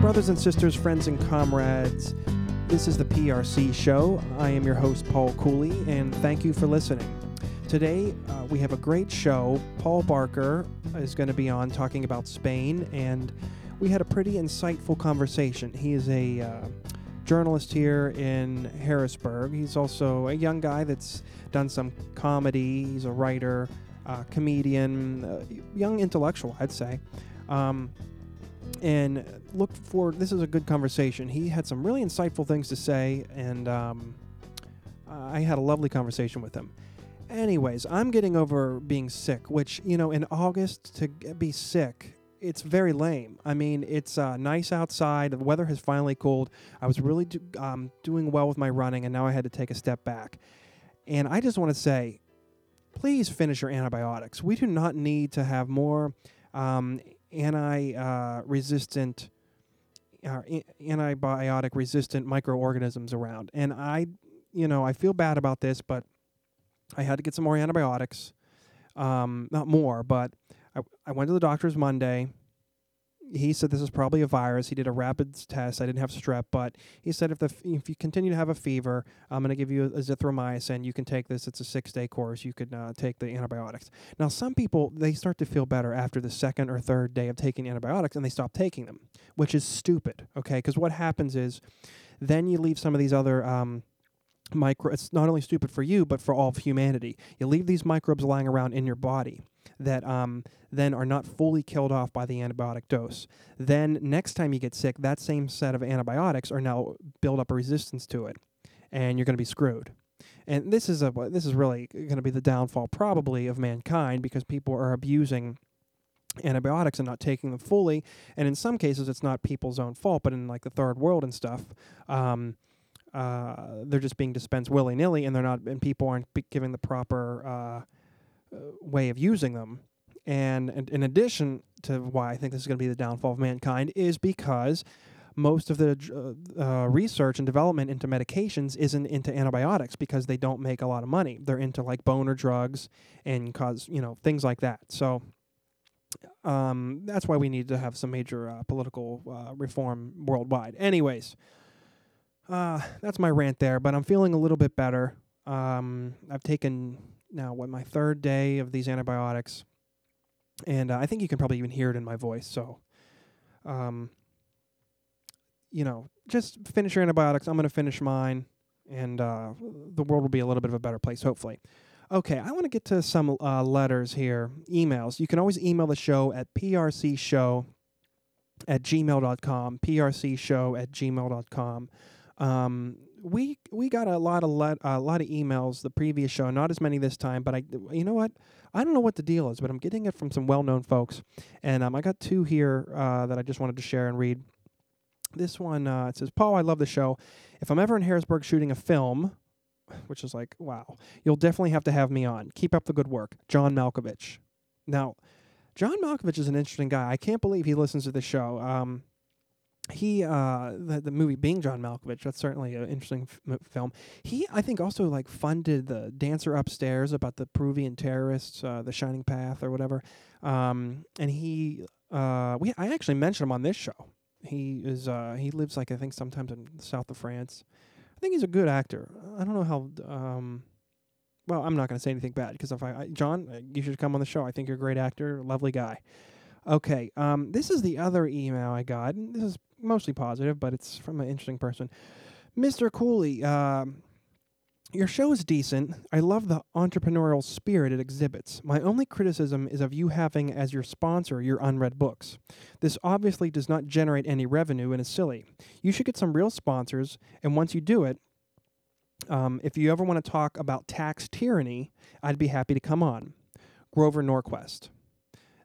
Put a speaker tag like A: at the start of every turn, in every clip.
A: Brothers and sisters, friends and comrades, this is the PRC show. I am your host, Paul Cooley, and thank you for listening. Today, uh, we have a great show. Paul Barker is going to be on talking about Spain, and we had a pretty insightful conversation. He is a uh, journalist here in Harrisburg. He's also a young guy that's done some comedy, he's a writer, uh, comedian, uh, young intellectual, I'd say. Um, and look for this is a good conversation. He had some really insightful things to say, and um, I had a lovely conversation with him. Anyways, I'm getting over being sick, which you know, in August to g- be sick, it's very lame. I mean, it's uh, nice outside. The weather has finally cooled. I was really do, um, doing well with my running, and now I had to take a step back. And I just want to say, please finish your antibiotics. We do not need to have more um, anti-resistant, uh, a- antibiotic-resistant microorganisms around. And I, you know, I feel bad about this, but I had to get some more antibiotics. Um, not more, but I, I went to the doctor's Monday. He said this is probably a virus. He did a rapid test. I didn't have strep, but he said if the f- if you continue to have a fever, I'm going to give you a azithromycin. You can take this. It's a six day course. You could uh, take the antibiotics. Now, some people they start to feel better after the second or third day of taking antibiotics, and they stop taking them, which is stupid. Okay, because what happens is, then you leave some of these other um, micro. It's not only stupid for you, but for all of humanity. You leave these microbes lying around in your body that um, then are not fully killed off by the antibiotic dose. Then next time you get sick, that same set of antibiotics are now build up a resistance to it, and you're going to be screwed. And this is a this is really going to be the downfall probably of mankind because people are abusing antibiotics and not taking them fully. And in some cases, it's not people's own fault, but in like the third world and stuff. Um, uh, they're just being dispensed willy nilly, and they're not, and people aren't be giving the proper uh, uh, way of using them. And, and in addition to why I think this is going to be the downfall of mankind is because most of the dr- uh, uh, research and development into medications isn't into antibiotics because they don't make a lot of money. They're into like boner drugs and cause you know things like that. So um, that's why we need to have some major uh, political uh, reform worldwide. Anyways, uh, that's my rant there, but I'm feeling a little bit better. Um, I've taken now what my third day of these antibiotics, and uh, I think you can probably even hear it in my voice. So, um, you know, just finish your antibiotics. I'm going to finish mine, and uh, the world will be a little bit of a better place, hopefully. Okay, I want to get to some uh, letters here, emails. You can always email the show at prcshow at gmail.com, prcshow at gmail.com. Um, we we got a lot of let, a lot of emails the previous show, not as many this time, but I you know what? I don't know what the deal is, but I'm getting it from some well-known folks, and um, I got two here uh, that I just wanted to share and read. This one uh, it says, "Paul, I love the show. If I'm ever in Harrisburg shooting a film, which is like wow, you'll definitely have to have me on. Keep up the good work, John Malkovich." Now, John Malkovich is an interesting guy. I can't believe he listens to the show. Um, he uh the, the movie being john malkovich that's certainly an interesting f- m- film he i think also like funded the dancer upstairs about the peruvian terrorists uh, the shining path or whatever um and he uh we i actually mentioned him on this show he is uh he lives like i think sometimes in the south of france i think he's a good actor i don't know how d- um well i'm not going to say anything bad because if I, I john uh, you should come on the show i think you're a great actor lovely guy Okay, um, this is the other email I got. and This is mostly positive, but it's from an interesting person. Mr. Cooley, um, your show is decent. I love the entrepreneurial spirit it exhibits. My only criticism is of you having as your sponsor your unread books. This obviously does not generate any revenue and is silly. You should get some real sponsors, and once you do it, um, if you ever want to talk about tax tyranny, I'd be happy to come on. Grover Norquist.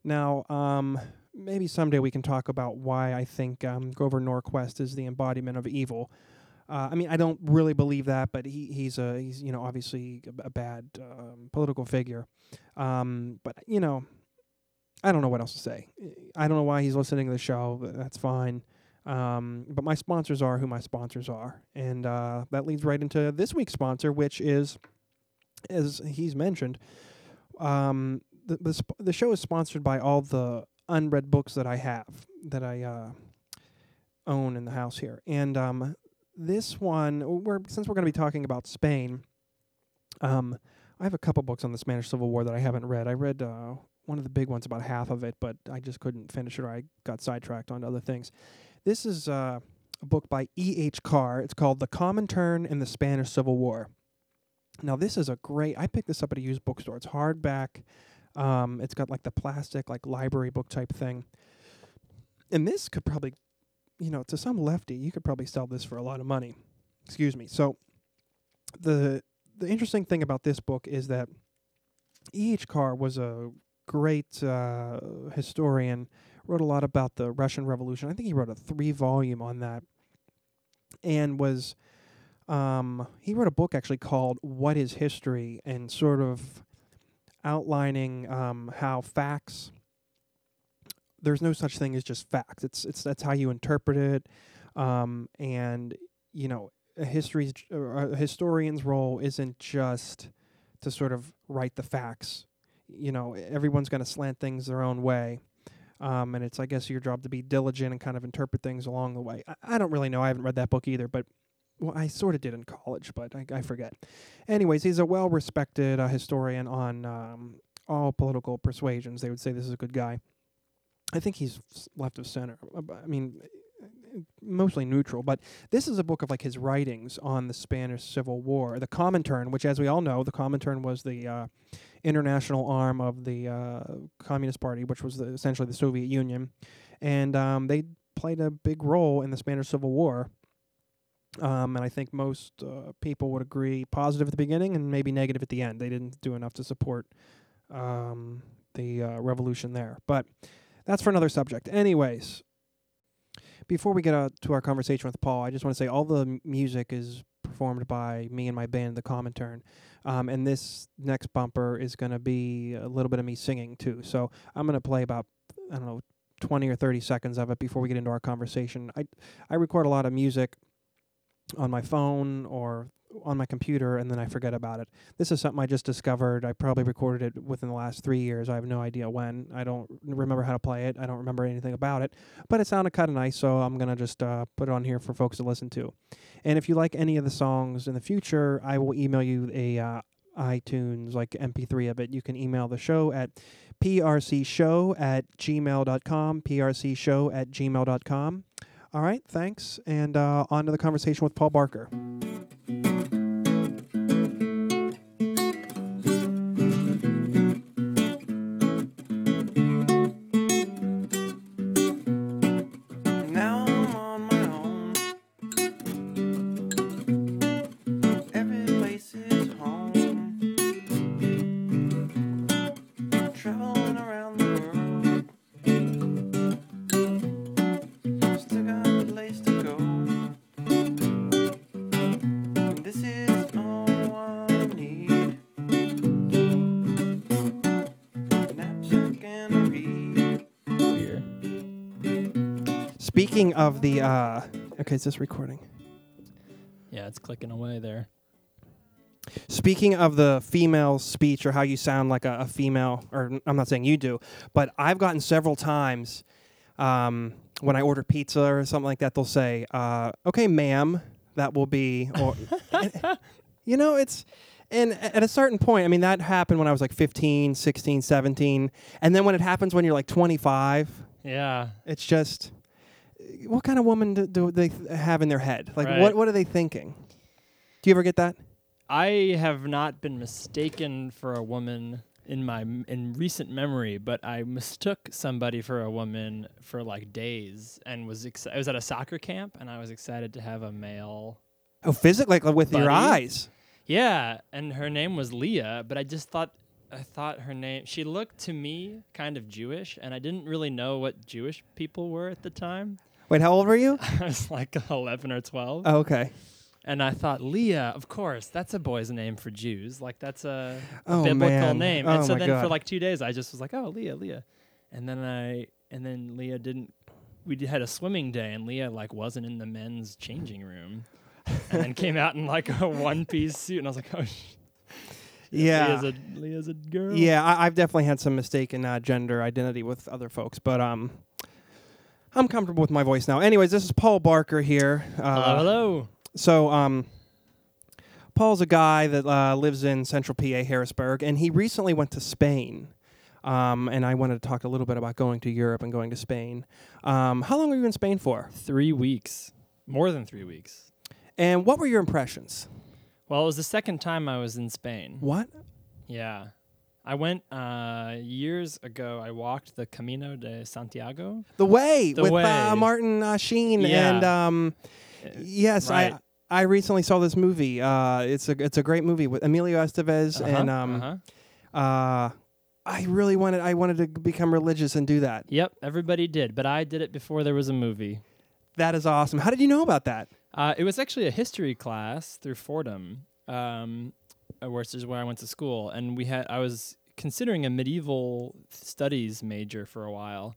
A: Now, um, maybe someday we can talk about why I think um, Grover Norquist is the embodiment of evil. Uh, I mean, I don't really believe that, but he, he's a he's you know obviously a b- a bad um, political figure. Um, but you know, I don't know what else to say. I don't know why he's listening to the show. but That's fine. Um, but my sponsors are who my sponsors are, and uh, that leads right into this week's sponsor, which is, as he's mentioned, um, the the, sp- the show is sponsored by all the unread books that I have that I uh, own in the house here. And um, this one, we're, since we're going to be talking about Spain, um, I have a couple books on the Spanish Civil War that I haven't read. I read uh, one of the big ones, about half of it, but I just couldn't finish it or I got sidetracked on other things. This is uh, a book by E.H. Carr. It's called The Common Turn in the Spanish Civil War. Now, this is a great, I picked this up at a used bookstore. It's hardback. Um, it's got like the plastic, like library book type thing. And this could probably, you know, to some lefty, you could probably sell this for a lot of money. Excuse me. So, the the interesting thing about this book is that E.H. Carr was a great uh, historian, wrote a lot about the Russian Revolution. I think he wrote a three volume on that, and was um, he wrote a book actually called "What Is History" and sort of outlining um, how facts. There's no such thing as just facts. It's it's that's how you interpret it, um, and you know a history's uh, a historian's role isn't just to sort of write the facts. You know, e-, everyone's going to slant things their own way, um, and it's I guess your job to be diligent and kind of interpret things along the way. I, I don't really know. I haven't read that book either, but well, I sort of did in college, but I, I forget. Anyways, he's a well-respected uh, historian on um, all political persuasions. They would say this is a good guy. I think he's left of center. uh, I mean, e, mostly neutral, but this is a book of like his writings on the Spanish Civil War, the Comintern, which, as we all know, the Comintern was the uh, international arm of the uh, Communist Party, which was the, essentially the Soviet Union, and um, they played a big role in the Spanish Civil War. Um, and I think most uh, people would agree positive at the beginning and maybe negative at the end. They didn't do enough to support um, the revolution there, but that's for another subject. Anyways, before we get uh, to our conversation with Paul, I just want to say all the m- music is performed by me and my band, The Comintern. Um, and this next bumper is going to be a little bit of me singing too. So I'm going to play about, I don't know, 20 or 30 seconds of it before we get into our conversation. I, I record a lot of music on my phone or on my computer and then I forget about it. This is something I just discovered. I probably recorded it within the last three years. I have no idea when. I don't remember how to play it. I don't remember anything about it. But it sounded kind of nice, so I'm going to just uh, put it on here for folks to listen to. And if you like any of the songs in the future, I will email you a uh, iTunes, like MP3 of it. You can email the show at prcshow at gmail.com, prcshow at gmail.com. All right, thanks. And uh, on to the conversation with Paul Barker.
B: Now I'm on my own. Every place is home. Traveling around the world. Still got a place to go. And this is all I need. A knapsack and a reed.
C: Beer.
A: Speaking of the, uh, okay, is this recording?
C: Yeah, it's clicking away there.
A: Speaking of the female speech or how you sound like a, a female, or n- I'm not saying you do, but I've gotten several times um, when I order pizza or something like that, they'll say, uh, okay, ma'am, that will be, or, and- you know, it's, and a- at a certain point, I mean, that happened when I was like 15, 16, 17. And then when it happens when you're like 25,
C: Yeah.
A: It's just what kind of woman do, do they th- have in their head? Like
C: Right.
A: what what are they thinking? Do you ever get that?
C: I have not been mistaken for a woman in my in recent memory, but I mistook somebody for a woman for like days and was exci- I was at a soccer camp and I was excited to have a male.
A: Oh, physically, like with your
C: Buddy?
A: eyes.
C: Yeah, and her name was Leah, but I just thought I thought her name she looked to me kind of Jewish and I didn't really know what Jewish people were at the time.
A: Wait, how old were you?
C: I was like 11 or 12.
A: Oh, okay.
C: And I thought, Leah, of course, that's a boy's name for Jews. Like that's a, a
A: Oh,
C: biblical
A: man.
C: name.
A: Oh,
C: and so
A: my
C: then for
A: God.
C: like two days, I just was like, oh, Leah, Leah. And then I, and then Leah didn't. We d- had a swimming day, and Leah like wasn't in the men's changing room, and then came out in like a one piece suit, and I was like, oh, sh- Leah's
A: Yeah.
C: a Leah's a girl.
A: Yeah, I, I've definitely had some mistaken uh, gender identity with other folks, but um, I'm comfortable with my voice now. Anyways, this is Paul Barker here. Uh,
C: hello, hello.
A: So, um, Paul's a guy that uh, lives in central PA, Harrisburg, and he recently went to Spain. Um, and I wanted to talk a little bit about going to Europe and going to Spain. Um, how long were you in Spain for?
C: Three weeks, more than three weeks.
A: And what were your impressions?
C: Well, it was the second time I was in Spain.
A: What?
C: Yeah. I went uh, years ago. I walked the Camino de Santiago.
A: The Way
C: The
A: with
C: Way.
A: Uh, Martin uh, Sheen.
C: Yeah. Eh,
A: And um, yes,
C: right.
A: I I recently saw this movie. Uh, it's, a, it's a great movie with Emilio Estevez
C: Uh-huh,
A: and. Um,
C: uh-huh.
A: uh, I really wanted I wanted to become religious and do that.
C: Yep, everybody did, but I did it before there was a movie.
A: That is awesome. How did you know about that?
C: Uh, it was actually a history class through Fordham, um, uh, which is where I went to school, and we had I was considering a medieval studies major for a while,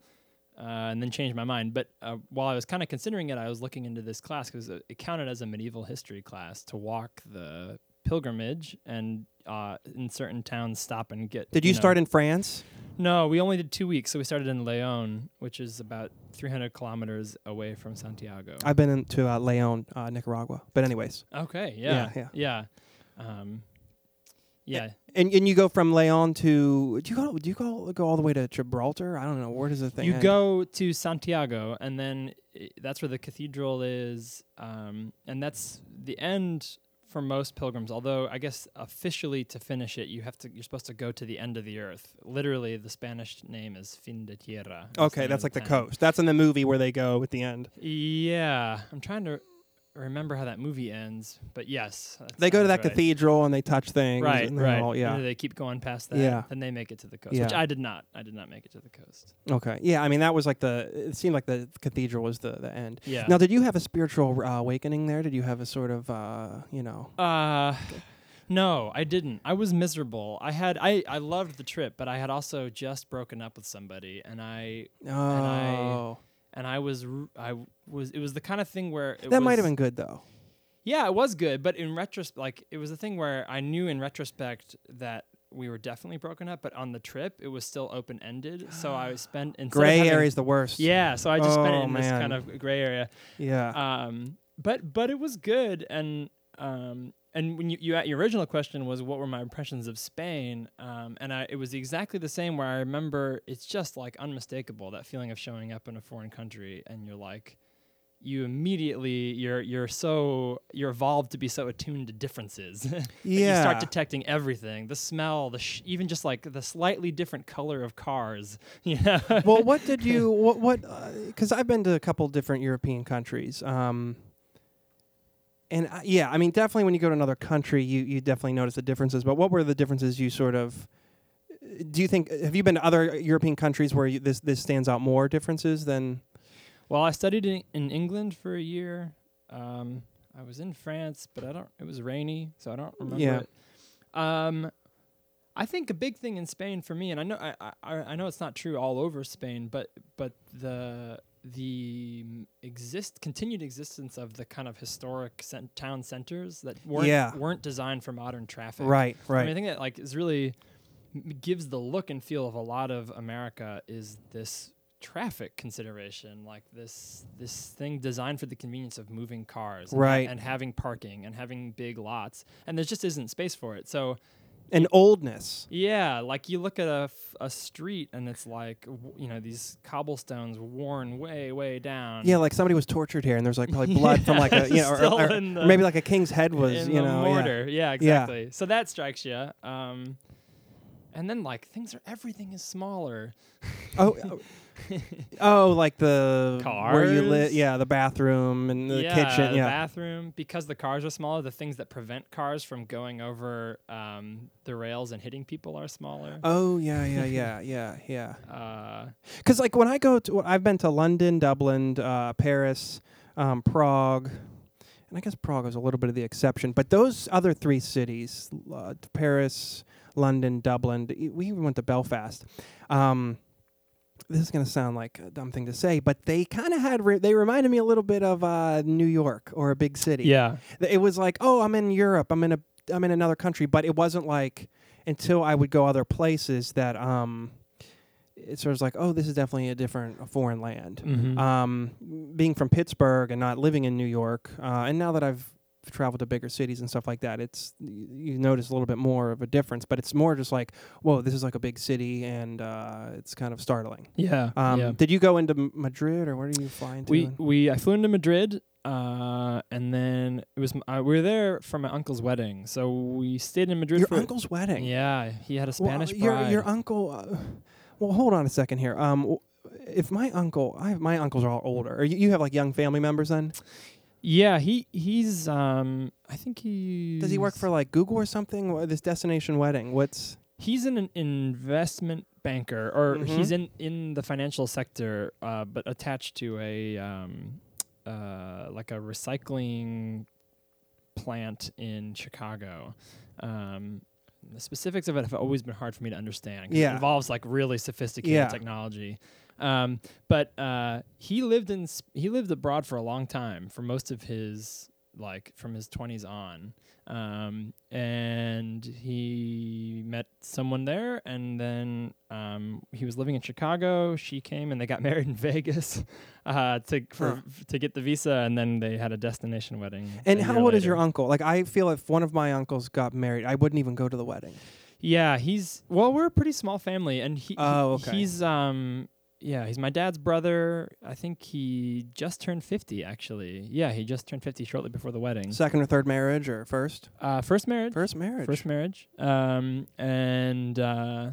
C: uh, and then changed my mind. But uh, while I was kind of considering it, I was looking into this class because it, it counted as a medieval history class to walk the pilgrimage and uh, in certain towns stop and get.
A: Did you,
C: know-
A: start in France?
C: No, we only did two weeks, so we started in León, which is about 300 kilometers away from Santiago.
A: I've been into uh, Leon, uh, Nicaragua. But anyways,
C: Okay.
A: Yeah,
C: Yeah. Yeah. Yeah. Um, yeah.
A: and and you go from Leon to do you go do you go go all the way to Gibraltar? I don't know where does the thing.
C: you
A: end?
C: go to Santiago, and then i that's where the cathedral is, um, and that's the end for most pilgrims. Although I guess officially to finish it, you have to you're supposed to go to the end of the earth. Literally, the Spanish name is fin de tierra. is
A: Okay,
C: name
A: that's
C: of
A: like the
C: town.
A: coast. That's in the movie where they go at the end.
C: Yeah, I'm trying to remember how that movie ends, but yes, that
A: They go to
C: sounds
A: that
C: right.
A: cathedral and they touch things.
C: Right,
A: and they're
C: right.
A: all- yeah.
C: And they keep going past that.
A: Yeah.
C: Then they make it to the coast, which
A: Yeah.
C: I did not. I did not make it to the coast.
A: Okay. Yeah. I mean, that was like the. It seemed like the cathedral was the the end.
C: Yeah.
A: Now, did you have a spiritual uh, awakening there? Did you have a sort of uh, you know?
C: Uh, no, I didn't. I was miserable. I had I I loved the trip, but I had also just broken up with somebody, and I
A: Oh.
C: I- and I was r- I was it was the kind of thing where it
A: That might have
C: was-
A: been good though.
C: Yeah, it was good, but in retrospect, like it was a thing where I knew in retrospect that we were definitely broken up, but on the trip it was still open ended. So I spent instead of
A: Gray
C: having-
A: area is the worst.
C: Yeah, so I just spent it
A: Oh,
C: in this
A: man.
C: kind of gray area.
A: Yeah.
C: um but but it was good and um and when you, you your original question was what were my impressions of Spain um and I it was exactly the same where I remember it's just like unmistakable that feeling of showing up in a foreign country and you're like you immediately you're you're so you're evolved to be so attuned to differences that you
A: Yeah.
C: start detecting everything the smell the sh- even just like the slightly different color of cars you know
A: well, what did you what what? Because I've been to a couple different European countries. Um, and I, yeah, I mean, definitely when you go to another country, you you definitely notice the differences. But what were the differences you sort of? uh, Do you think have you been to other European countries where you, this this stands out more differences than?
C: Well, I studied in, in England for a year. Um, I was in France, but I don't. It was rainy, so I don't remember
A: Yeah.
C: it. Um, I think a big thing in Spain for me, and I know I, I I I know it's not true all over Spain, but but the the m- exist continued existence of the kind of historic cent- town centers that weren't
A: Yeah.
C: weren't designed for modern traffic.
A: Right,
C: I, mean, I
A: right.
C: think that like is really m- gives the look and feel of a lot of America is this traffic consideration, like this this thing designed for the convenience of moving cars, and ha-
A: Right.
C: and having parking and having big lots, and there just isn't space for it. So
A: And oldness.
C: yeah, like you look at a, f- a street and it's like w- you know these cobblestones worn way way down.
A: Yeah, like somebody was tortured here, and there's like probably blood from like a you know, or-
C: Still
A: or, or
C: in the-
A: maybe like a king's head was
C: in
A: you
C: the
A: know yeah.
C: mortar. Yeah, exactly. So that strikes you. Um, and then like things are everything is smaller.
A: Oh, oh. oh, like the where you live.
C: Cars.
A: Yeah, the bathroom and the
C: yeah,
A: kitchen.
C: the
A: Yeah,
C: bathroom because the cars are smaller. The things that prevent cars from going over um, the rails and hitting people are smaller.
A: Oh yeah, yeah, yeah, yeah, yeah.
C: Uh,
A: Because like when I go to, I've been to London, Dublin, uh, Paris, um, Prague, and I guess Prague is a little bit of the exception. But those other three cities, uh, Paris, London, Dublin. d- e, We even went to Belfast. Um, this is gonna sound like a dumb thing to say, but they kind of had. Re- they reminded me a little bit of uh, New York or a big city.
C: yeah,
A: Th- it was like oh i'm in europe i'm in a i'm in another country but it wasn't like until i would go other places that um it's sort of like, oh, this is definitely a different, a foreign land.
C: Mm-hmm.
A: Um, being from Pittsburgh and not living in New York, uh, and now that I've traveled to bigger cities and stuff like that, it's y- you notice a little bit more of a difference. But it's more just like, whoa, this is like a big city, and uh, it's kind of startling.
C: yeah.
A: Um,
C: yeah.
A: Did you go into M- Madrid or where are you flying to?
C: We
A: and-
C: we I flew into Madrid, uh, and then it was m- uh, we were there for my uncle's wedding, so we stayed in Madrid
A: your
C: for
A: uncle's wedding.
C: Yeah, he had a
A: Well,
C: Spanish
A: your
C: bride.
A: your uncle. Uh, well, hold on a second here. Um, w- if my uncle, I my uncles are all older. Or you, you have like young family members then?
C: yeah, he he's um I think he
A: Does he work for like Google or something? Wha- This destination wedding. What's
C: He's an, an investment banker, or
A: Mhm.
C: he's in in the financial sector, uh, but attached to a um uh like a recycling plant in Chicago. Um, the specifics of it have always been hard for me to understand. 'cause
A: Yeah.
C: it involves like really sophisticated
A: Yeah.
C: technology. Um, but uh, he lived in s- he lived abroad for a long time for most of his like from his 20s on um, and he met someone there and then um, he was living in chicago she came and they got married in vegas uh, to for, to get the visa and then they had a destination wedding
A: and
C: a
A: how
C: year
A: old is your
C: later.
A: uncle? Like I feel if one of my uncles got married, I wouldn't even go to the wedding.
C: yeah he's well we're a pretty small family and he
A: Oh,
C: he-
A: okay.
C: he's um yeah he's my dad's brother i think he just turned 50 actually yeah he just turned 50 shortly before the wedding
A: Second or third marriage or first?
C: uh, first marriage
A: First marriage.
C: first marriage um and uh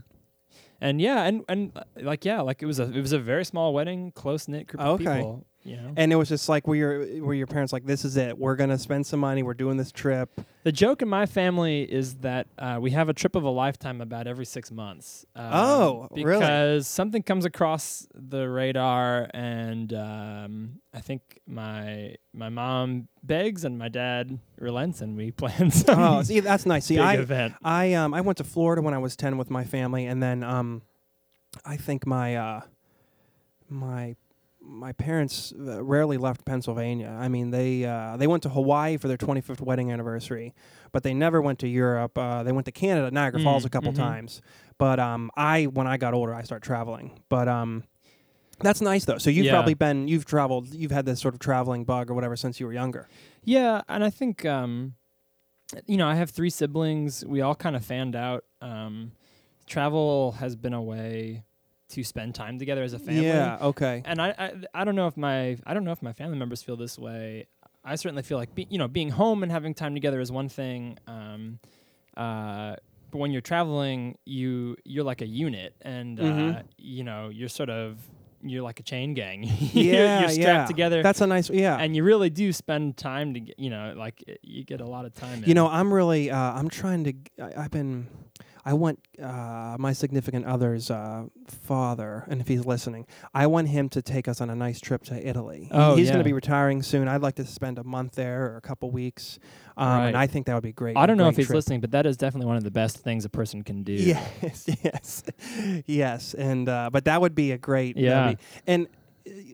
C: and yeah and and uh, like yeah like it was a it was a very small wedding close knit group of
A: Okay.
C: people you know
A: and it was just like were your were your parents like this is it we're gonna spend some money we're doing this trip
C: the joke in my family is that uh, we have a trip of a lifetime about every six months um,
A: Oh,
C: because
A: really?
C: something comes across the radar and um i think my my mom begs and my dad relents and we plan some
A: oh see that's nice see
C: big
A: I
C: event
A: I um I went to Florida when I was ten with my family, and then um, I think my uh, my my parents uh, rarely left Pennsylvania. I mean, they uh, they went to Hawaii for their 25th wedding anniversary, but they never went to Europe. Uh, they went to Canada, Niagara
C: Mm,
A: Falls, a couple
C: mhm.
A: times. But um, I when I got older, I started traveling. But um. That's nice though. So you've
C: Yeah.
A: probably been you've traveled you've had this sort of traveling bug or whatever since you were younger.
C: Yeah, and I think um, you know I have three siblings. We all kind of fanned out. Um, travel has been a way to spend time together as a family.
A: Yeah. Okay.
C: And I, I I don't know if my I don't know if my family members feel this way. I certainly feel like be, you know being home and having time together is one thing. Um, uh, but when you're traveling, you you're like a unit, and uh,
A: Mhm.
C: you know you're sort of you're like a chain gang. You're-
A: yeah.
C: you're strapped
A: yeah.
C: together
A: That's a nice. Yeah.
C: and you really do spend time to get, you know like i- you get a lot of time
A: You
C: in.
A: know, I'm really, uh, I'm trying to. g- I, have been, I want uh, my significant other's uh, father, and if he's listening, I want him to take us on a nice trip to Italy. He-
C: Oh,
A: he's going
C: yeah.
A: to be retiring soon. I'd like to spend a month there or a couple weeks, um,
C: Right.
A: and I think that would be great.
C: i don't
A: a
C: know if
A: great
C: he's
A: trip.
C: listening but that is definitely one of the best things a person can do
A: Yes, yes, yes, and uh, but that would be a great. that'd
C: Yeah.
A: be- and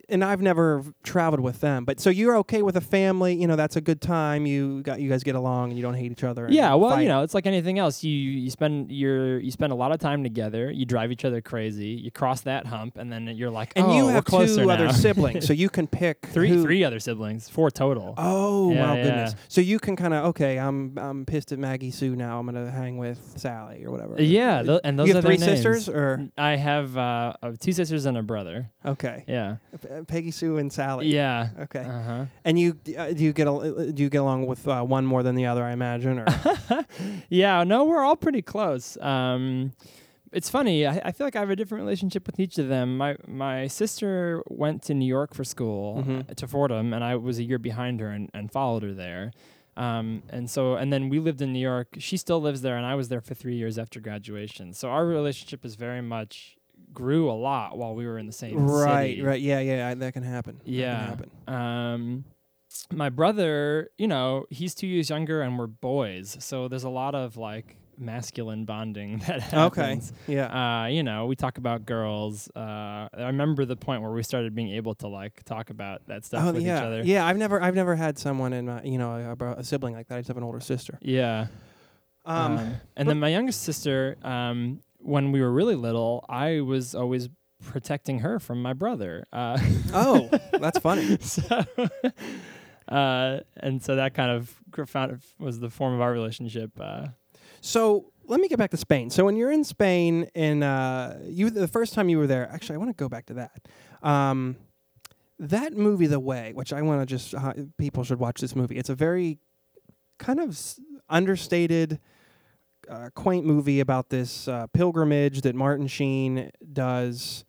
A: and I've never traveled with them, but so you're okay with a family. You know, that's a good time. You got you guys get along, and you don't hate each other. and
C: yeah well
A: fight.
C: you know it's like anything else you you spend your you spend a lot of time together you drive each other crazy you cross that hump and then you're like
A: And
C: oh,
A: you
C: we're
A: have
C: closer
A: two other
C: now."
A: siblings, so you can pick
C: three
A: who-
C: three other siblings four total
A: Oh
C: Yeah,
A: my
C: yeah.
A: goodness! So you can kind of okay. I'm I'm pissed at Maggie Sue now. I'm gonna hang with Sally or whatever.
C: Uh, yeah tho- and those
A: you
C: are
A: have
C: their
A: three
C: names. Mm.
A: sisters or
C: i have uh, uh, two sisters and a brother
A: okay,
C: yeah
A: P- uh, Peggy Sue and Sally.
C: yeah
A: Okay.
C: uh-huh
A: And you uh, do you get al- do you get along with uh, one more than the other? I imagine. Or
C: Yeah, no, we're all pretty close. Um, it's funny. I, I feel like I have a different relationship with each of them. My my sister went to New York for school
A: Mhm.
C: uh, to Fordham, and I was a year behind her and, and followed her there. Um, and so, and then we lived in New York. She still lives there, and I was there for three years after graduation. So our relationship is very much grew a lot while we were in the same
A: right,
C: city.
A: right, yeah, yeah, I- that can happen. That can
C: Yeah.
A: happen.
C: Um, my brother, you know, he's two years younger, and we're boys, so there's a lot of like masculine bonding that
A: Okay,
C: happens.
A: yeah.
C: Uh, you know, we talk about girls. Uh, I remember the point where we started being able to like talk about that stuff
A: Oh
C: with
A: yeah,
C: each other.
A: yeah. I've never, I've never had someone in my, you know, a, bro- a sibling like that. I just have an older sister.
C: Yeah.
A: Um,
C: Um, and then my youngest sister, um, when we were really little, I was always protecting her from my brother. Uh,
A: Oh, that's funny.
C: so, uh, and so that kind of gr- found was the form of our relationship. Uh,
A: So let me get back to Spain. So when you're in Spain, and uh, you the first time you were there, actually, I want to go back to that. Um, that movie, The Way, which I want to just uh, people should watch this movie. It's a very kind of s- understated, uh, quaint movie about this uh, pilgrimage that Martin Sheen does.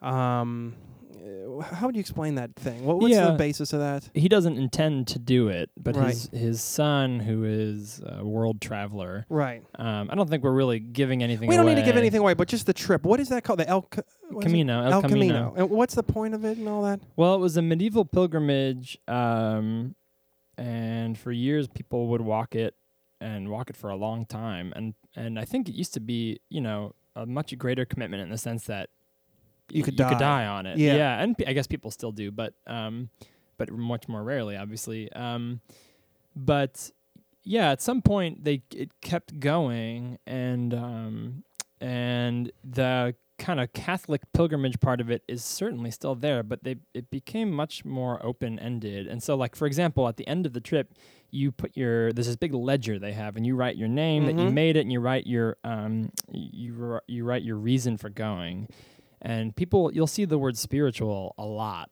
A: Um, uh, how would you explain that thing? What, what's
C: Yeah.
A: the basis of that?
C: he doesn't intend to do it, but
A: Right.
C: his his son, who is a world traveler,
A: Right.
C: um, I don't think we're really giving anything.
A: We don't need to give
C: away.
A: anything away, but just the trip. What is that called? The El Ca- what is it?
C: Camino, El,
A: El Camino. And what's the point of it and all that?
C: Well, it was a medieval pilgrimage, um, and for years people would walk it and walk it for a long time, and and I think it used to be, you know, a much greater commitment in the sense that
A: You could
C: you could
A: die.
C: die on it,
A: Yeah.
C: yeah, and p- I guess people still do, but um, but much more rarely, obviously, um, but yeah, at some point they it kept going, and um, and the kind of Catholic pilgrimage part of it is certainly still there, but they it became much more open ended. And so, like for example, at the end of the trip, you put your there's this big ledger they have, and you write your name that you
A: Mhm.
C: made it, and you write your um you wr- you write your reason for going, and people you'll see the word spiritual a lot.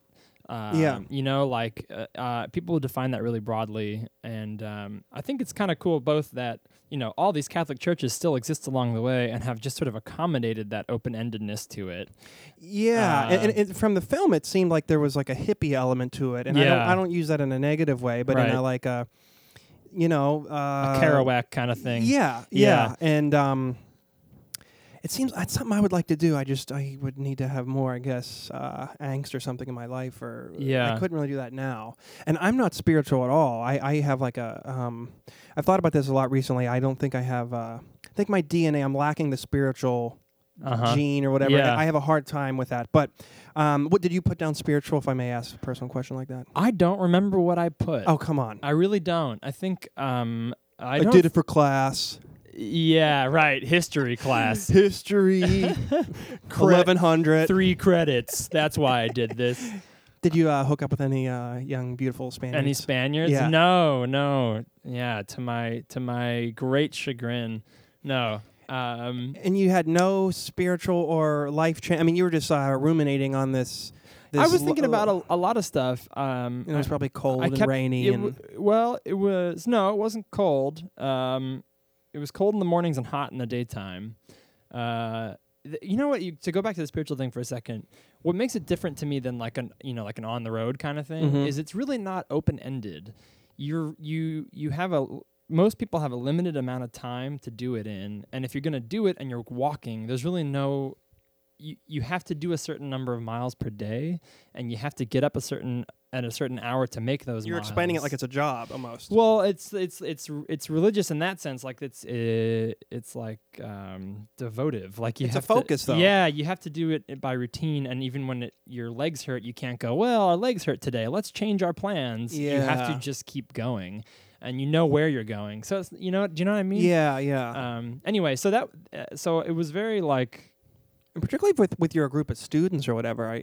C: Um,
A: Yeah.
C: you know, like uh, uh, people define that really broadly, and um, I think it's kind of cool both that you know, all these Catholic churches still exist along the way and have just sort of accommodated that open endedness to it.
A: Yeah, and,
C: Uh,
A: and, and from the film, it seemed like there was like a hippie element to it, and I, don't,
C: Yeah.
A: I don't use that in a negative way, but
C: Right.
A: in a like a, you know, uh,
C: Kerouac kind of thing.
A: Yeah,
C: Yeah.
A: yeah, and um, it seems that's something I would like to do. I just I would need to have more, I guess, uh, angst or something in my life, or
C: Yeah.
A: I couldn't really do that now. And I'm not spiritual at all. I I have like a um, I've thought about this a lot recently. I don't think I have. Uh, I think my DNA. I'm lacking the spiritual.
C: Uh-huh.
A: gene or whatever.
C: Yeah.
A: I have a hard time with that. But um, what did you put down spiritual, if I may ask a personal question like that?
C: I don't remember what I put.
A: Oh, come on.
C: I really don't. I think um I,
A: I,
C: don't
A: did it for class.
C: Yeah, right. History class.
A: History, 1100.
C: Three credits. That's why I did this.
A: Did you uh, hook up with any uh, young, beautiful Spaniards?
C: Any Spaniards?
A: Yeah.
C: No, no. Yeah, to my to my great chagrin. No. Um
A: and you had no spiritual or life change. I mean, you were just uh, ruminating on this. this
C: I was thinking
A: lo- uh,
C: about a, a lot of stuff. Um
A: You know, it was probably cold
C: I
A: and
C: kept-
A: rainy.
C: It
A: and
C: w- well, it was no, it wasn't cold. Um, it was cold in the mornings and hot in the daytime. Uh, th- you know what? You, to go back to the spiritual thing for a second, what makes it different to me than like an you know like an on the road kind of thing
A: Mhm.
C: is it's really not open ended. You're you you have a most people have a limited amount of time to do it in, and if you're gonna do it and you're walking, there's really no. You, you have to do a certain number of miles per day, and you have to get up a certain at a certain hour to make those.
A: you're explaining it
C: miles.
A: like it's a job almost.
C: Well, it's it's it's r- it's religious in that sense. Like it's uh it's like um, devotive. Like you
A: It's a
C: have
A: focus,
C: to,
A: though.
C: Yeah, you have to do it eh, by routine, and even when it, your legs hurt, you can't go. Well, our legs hurt today. Let's change our plans. You have to
A: Yeah.
C: just keep going, and you know where you're going. So it's, you know, do you know what I mean?
A: yeah, yeah.
C: Um. Anyway, so that uh, so it was very like
A: and particularly with, with your group of students or whatever, I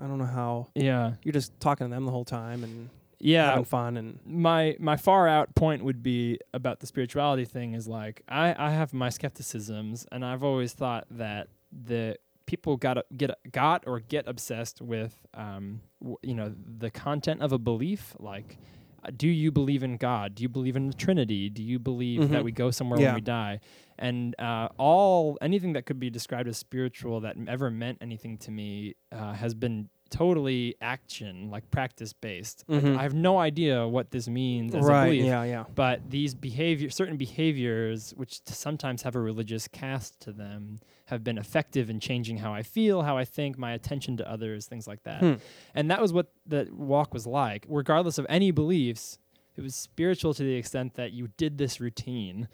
A: I don't know how
C: yeah
A: you're just talking to them the whole time and
C: yeah
A: having fun and
C: my my far out point would be about the spirituality thing is like I I have my skepticisms and I've always thought that the people got get got or get obsessed with um w- you know the content of a belief like uh, do you believe in God? Do you believe in the Trinity? Do you believe that
A: Mhm.
C: we go somewhere when
A: Yeah.
C: we die? And uh, all anything that could be described as spiritual that m- ever meant anything to me uh, has been totally action like practice based.
A: Mhm.
C: I have no idea what this means as a
A: right,
C: belief.
A: yeah, yeah,
C: But these behavior, certain behaviors, which t- sometimes have a religious cast to them, have been effective in changing how I feel, how I think, my attention to others, things like that.
A: Hmm.
C: And that was what the walk was like. Regardless of any beliefs, it was spiritual to the extent that you did this routine.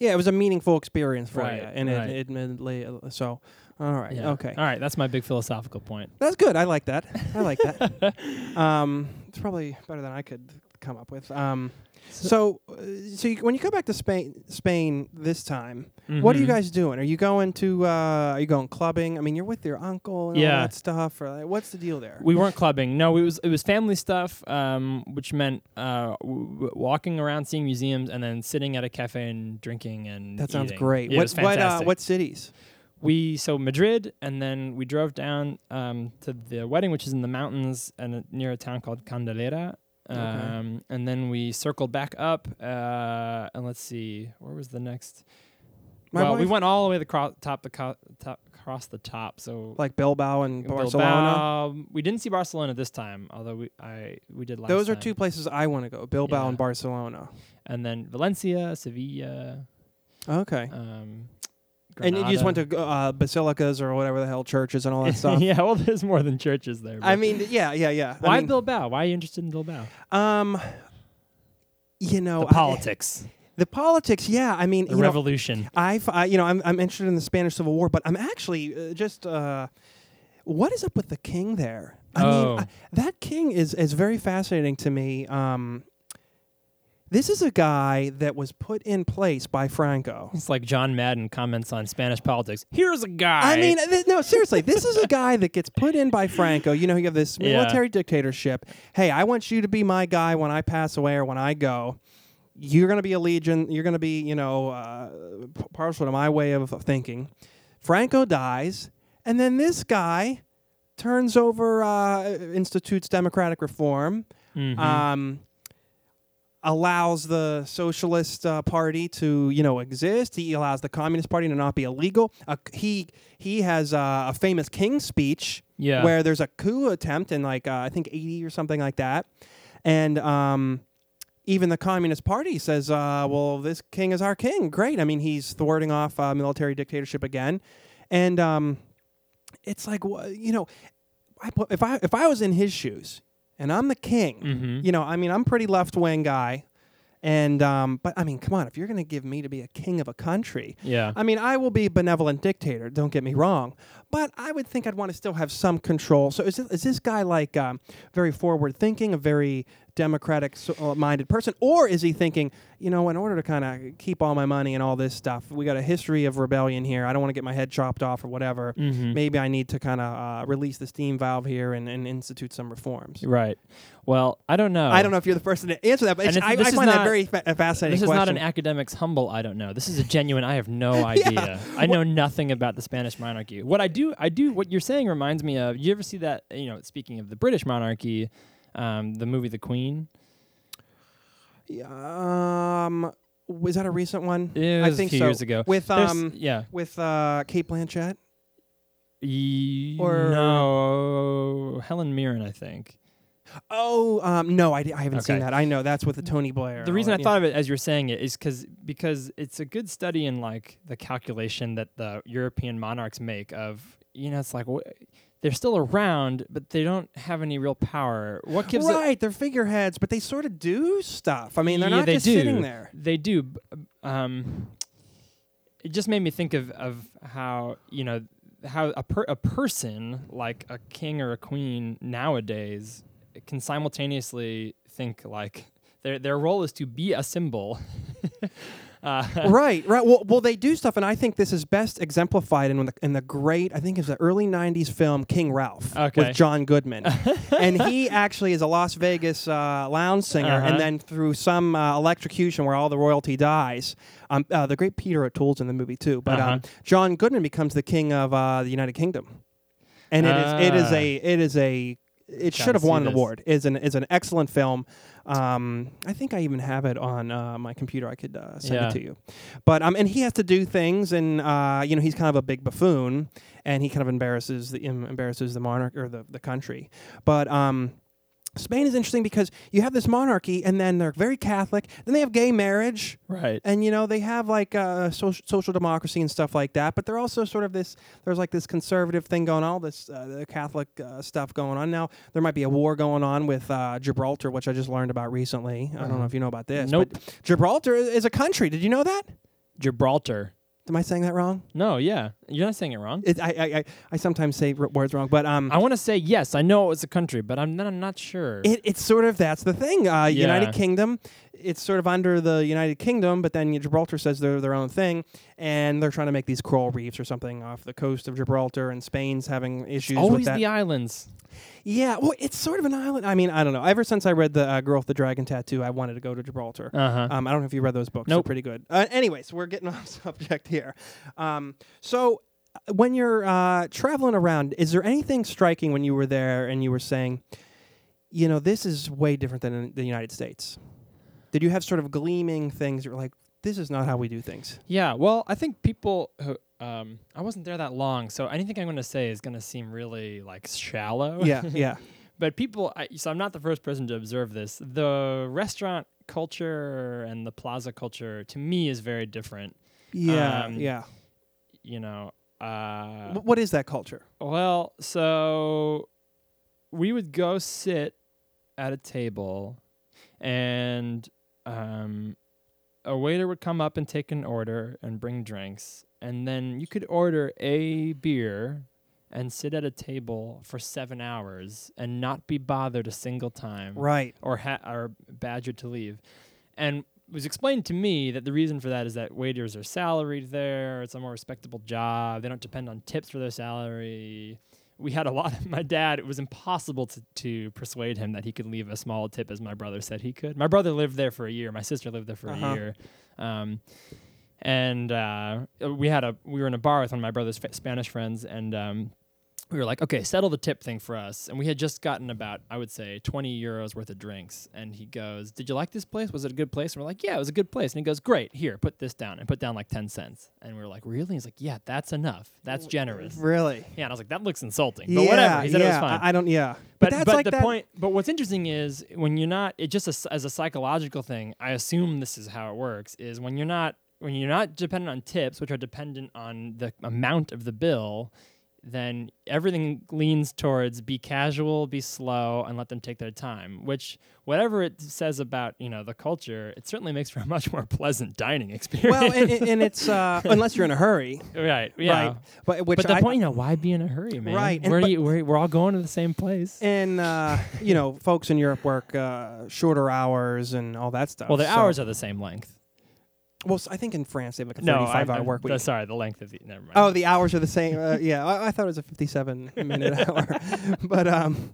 A: yeah. It was a meaningful experience for
C: Right,
A: you, and
C: right.
A: it, admittedly, uh, so all right,
C: Yeah.
A: okay,
C: All right. That's my big philosophical point.
A: that's good. I like that. I like that. um, it's probably better than I could come up with. Um, So, uh, so you, when you go back to Spain, Spain this time, what are you
C: Mhm.
A: guys doing? Are you going to? Uh, are you going clubbing? I mean, you're with your uncle and all
C: Yeah.
A: that stuff. Or like, what's the deal there?
C: We weren't clubbing. No, it was it was family stuff, um, which meant uh, w- w- walking around, seeing museums, and then sitting at a cafe and drinking and.
A: that sounds
C: eating.
A: great.
C: Yeah, it
A: what
C: was
A: what uh,
C: fantastic.
A: what cities?
C: we so Madrid, and then we drove down um, to the wedding, which is in the mountains and uh, near a town called Candelera. Um,
A: Okay.
C: And then we circled back up, uh, and let's see, where was the next?
A: My
C: well, we
A: wife-
C: went all the way to the cro- top, the co- top, across the top. So
A: like Bilbao and
C: Bilbao.
A: Barcelona.
C: we didn't see Barcelona this time, although we I we did last.
A: Those are
C: time.
A: two places I want to go: Bilbao
C: Yeah.
A: and Barcelona.
C: and then Valencia, Sevilla.
A: Okay.
C: Um,
A: and you just went
C: Granada.
A: to uh, basilicas or whatever the hell churches and all that stuff.
C: yeah, well, there's more than churches there.
A: I
C: but-
A: mean, yeah, yeah, yeah.
C: why
A: I mean,
C: Bilbao? Why are you interested in Bilbao?
A: um, you know,
C: the
A: Oh, I-
C: politics,
A: the politics. Yeah, I mean,
C: the
A: you know,
C: revolution.
A: I've, I, you know, I'm, I'm interested in the Spanish Civil War, but I'm actually uh, just, uh, what is up with the king there? I
C: Oh.
A: mean, I, that king is is very fascinating to me. Um, this is a guy that was put in place by Franco.
C: It's like John Madden comments on Spanish politics. Here's a guy.
A: I mean, uh, th- no, seriously, this is a guy that gets put in by Franco. You know, you have this
C: Yeah.
A: military dictatorship. Hey, I want you to be my guy when I pass away or when I go. You're going to be a legion. You're going to be, you know, uh, p- partial to my way of of thinking. Franco dies, and then this guy turns over, uh, institutes democratic reform,
C: Mhm.
A: um, allows the socialist uh, party to you know exist. He allows the communist party to not be illegal. Uh, he he has uh, a famous King speech
C: yeah.
A: where there's a coup attempt in like uh, I think 80 or something like that, and um, even the Communist Party says, uh, "Well, this king is our king. Great. I mean, he's thwarting off uh, military dictatorship again," and um, it's like wha- you know, I, put- if I if I was in his shoes and I'm the king,
C: Mhm.
A: you know, I mean, I'm pretty left wing guy. And um, but I mean, come on! If you're gonna give me to be a king of a country,
C: yeah.
A: I mean, I will be a benevolent dictator. Don't get me wrong, but I would think I'd want to still have some control. So is this, is this guy like um, very forward thinking, a very democratic so- uh, minded person, or is he thinking, you know, in order to kind of keep all my money and all this stuff, we got a history of rebellion here. I don't want to get my head chopped off or whatever.
C: Mhm.
A: Maybe I need to kind of uh, release the steam valve here and, and institute some reforms.
C: Right. Well, I don't know.
A: I don't know if you're the person to answer that, but
C: Oh. And
A: it's,
C: it's-
A: I,
C: this
A: I
C: is
A: find that
C: not-
A: very fa- uh, fascinating
C: This is
A: question.
C: not an academic's humble. I don't know. This is a genuine. I have no idea. I know nothing about the Spanish monarchy. What I do, I do. What you're saying reminds me of. You ever see that? You know, speaking of the British monarchy, um, the movie The Queen.
A: Um, was that a recent one?
C: It was
A: I think
C: a few
A: so.
C: years ago.
A: With
C: There's-
A: um,
C: yeah.
A: with uh, Kate Blanchett.
C: Ye-
A: Or-
C: no, Helen Mirren, I think.
A: Oh, um, no, I, di- I haven't seen
C: Okay.
A: that. I know that's with the Tony Blair.
C: The reason I
A: Yeah.
C: thought of it as you're saying it is because because it's a good study in like the calculation that the European monarchs make of you know it's like wh- they're still around but they don't have any real power. What gives it?
A: right, they're figureheads, but they sort of do stuff. I mean, they're
C: Yeah,
A: not
C: they
A: just
C: do.
A: sitting there.
C: They do. b- Um, it just made me think of of how you know how a per- a person like a king or a queen nowadays can simultaneously think like their their role is to be a symbol. uh,
A: right, right. Well, well, they do stuff, and I think this is best exemplified in the, in the great, I think it's the early '90s film King Ralph
C: Okay.
A: with John Goodman, and he actually is a Las Vegas uh, lounge singer,
C: Uh-huh.
A: and then through some uh, electrocution where all the royalty dies, um, uh, the great Peter O'Toole's in the movie too, but
C: Uh-huh.
A: um, John Goodman becomes the king of uh, the United Kingdom, and it is it is
C: Ah.
A: a it is a it
C: Gotta
A: should have
C: see
A: won an
C: this.
A: award. is an is an excellent film. Um, I think I even have it on uh, my computer. I could uh, send
C: Yeah.
A: it to you. But um, and he has to do things, and uh, you know, he's kind of a big buffoon, and he kind of embarrasses the em- embarrasses the monarch or the the country. But um. Spain is interesting because you have this monarchy, and then they're very Catholic. Then they have gay marriage,
C: right.
A: and you know they have like uh, social, social democracy and stuff like that. But they're also sort of this. There's like this conservative thing going on, all this uh, the Catholic uh, stuff going on now. There might be a war going on with uh, Gibraltar, which I just learned about recently. I don't know if you know about this.
C: Nope.
A: But Gibraltar is, is a country. Did you know that?
C: Gibraltar.
A: Am I saying that wrong?
C: No, yeah. You're not saying it wrong.
A: It, I, I, I, I sometimes say r- words wrong, but um,
C: I want to say yes. I know it was a country, but I'm then I'm not sure.
A: it, it's sort of that's the thing. Uh,
C: Yeah.
A: United Kingdom, it's sort of under the United Kingdom, but then Gibraltar says they're their own thing, and they're trying to make these coral reefs or something off the coast of Gibraltar, and Spain's having issues with
C: Always
A: that.
C: the islands.
A: yeah, well, it's sort of an island. I mean, I don't know. Ever since I read the uh, Girl with the Dragon Tattoo, I wanted to go to Gibraltar.
C: Uh huh.
A: Um, I don't know if you read those books. They're
C: Nope.
A: pretty good. Uh, anyways, we're getting off subject here. Um, so, uh, when you're uh, traveling around, is there anything striking when you were there and you were saying, you know, this is way different than in the United States? Did you have sort of gleaming things that were like, this is not how we do things?
C: Yeah, well, I think people who um, I wasn't there that long, so anything I'm going to say is going to seem really like shallow.
A: yeah, yeah.
C: but people, I, so I'm not the first person to observe this. The restaurant culture and the plaza culture to me is very different.
A: Yeah,
C: Um,
A: yeah.
C: You know, uh,
A: Wh- what is that culture?
C: well, so we would go sit at a table, and um, a waiter would come up and take an order and bring drinks, and then you could order a beer and sit at a table for seven hours and not be bothered a single time
A: Right.
C: or ha- or badgered to leave. And it was explained to me that the reason for that is that waiters are salaried there. It's a more respectable job. They don't depend on tips for their salary. We had a lot of my dad. It was impossible to, to persuade him that he could leave a small tip as my brother said he could. My brother lived there for a year. My sister lived there for
A: Uh-huh.
C: a year. Um, and uh, we had a we were in a bar with one of my brother's fa- Spanish friends, and um, we were like, okay, settle the tip thing for us. And we had just gotten about, I would say, 20 euros worth of drinks. And he goes, Did you like this place? Was it a good place? And we're like, Yeah, it was a good place. And he goes, Great, here, put this down. And put down like 10 cents. And we were like, Really? He's like, Yeah, that's enough. That's generous.
A: Really.
C: Yeah. And I was like, That looks insulting. But
A: yeah,
C: whatever. He said
A: yeah.
C: it was fine.
A: I, I don't. Yeah.
C: but
A: that's
C: but
A: like
C: the
A: that-
C: point. But what's interesting is when you're not. It just as, as a psychological thing. I assume this is how it works. Is when you're not when you're not dependent on tips, which are dependent on the amount of the bill. Then everything leans towards be casual, be slow, and let them take their time. Which, whatever it says about you know the culture, it certainly makes for a much more pleasant dining experience.
A: Well, and, and and it's uh, unless you're in a hurry,
C: right, yeah.
A: right? But which
C: but the
A: I,
C: point, you know, why be in a hurry, man?
A: Right, and
C: Where
A: but-
C: you, where, we're all going to the same place.
A: and uh, you know, folks in Europe work uh, shorter hours and all that stuff.
C: well, the
A: so-
C: hours are the same length.
A: Well, s- I think in France they have like a
C: No,
A: thirty-five
C: I'm-
A: hour
C: I'm-
A: work week.
C: the- Sorry, the length of the. Never mind.
A: Oh, the hours are the same. Uh, yeah, I, I thought it was a fifty-seven minute hour, but um,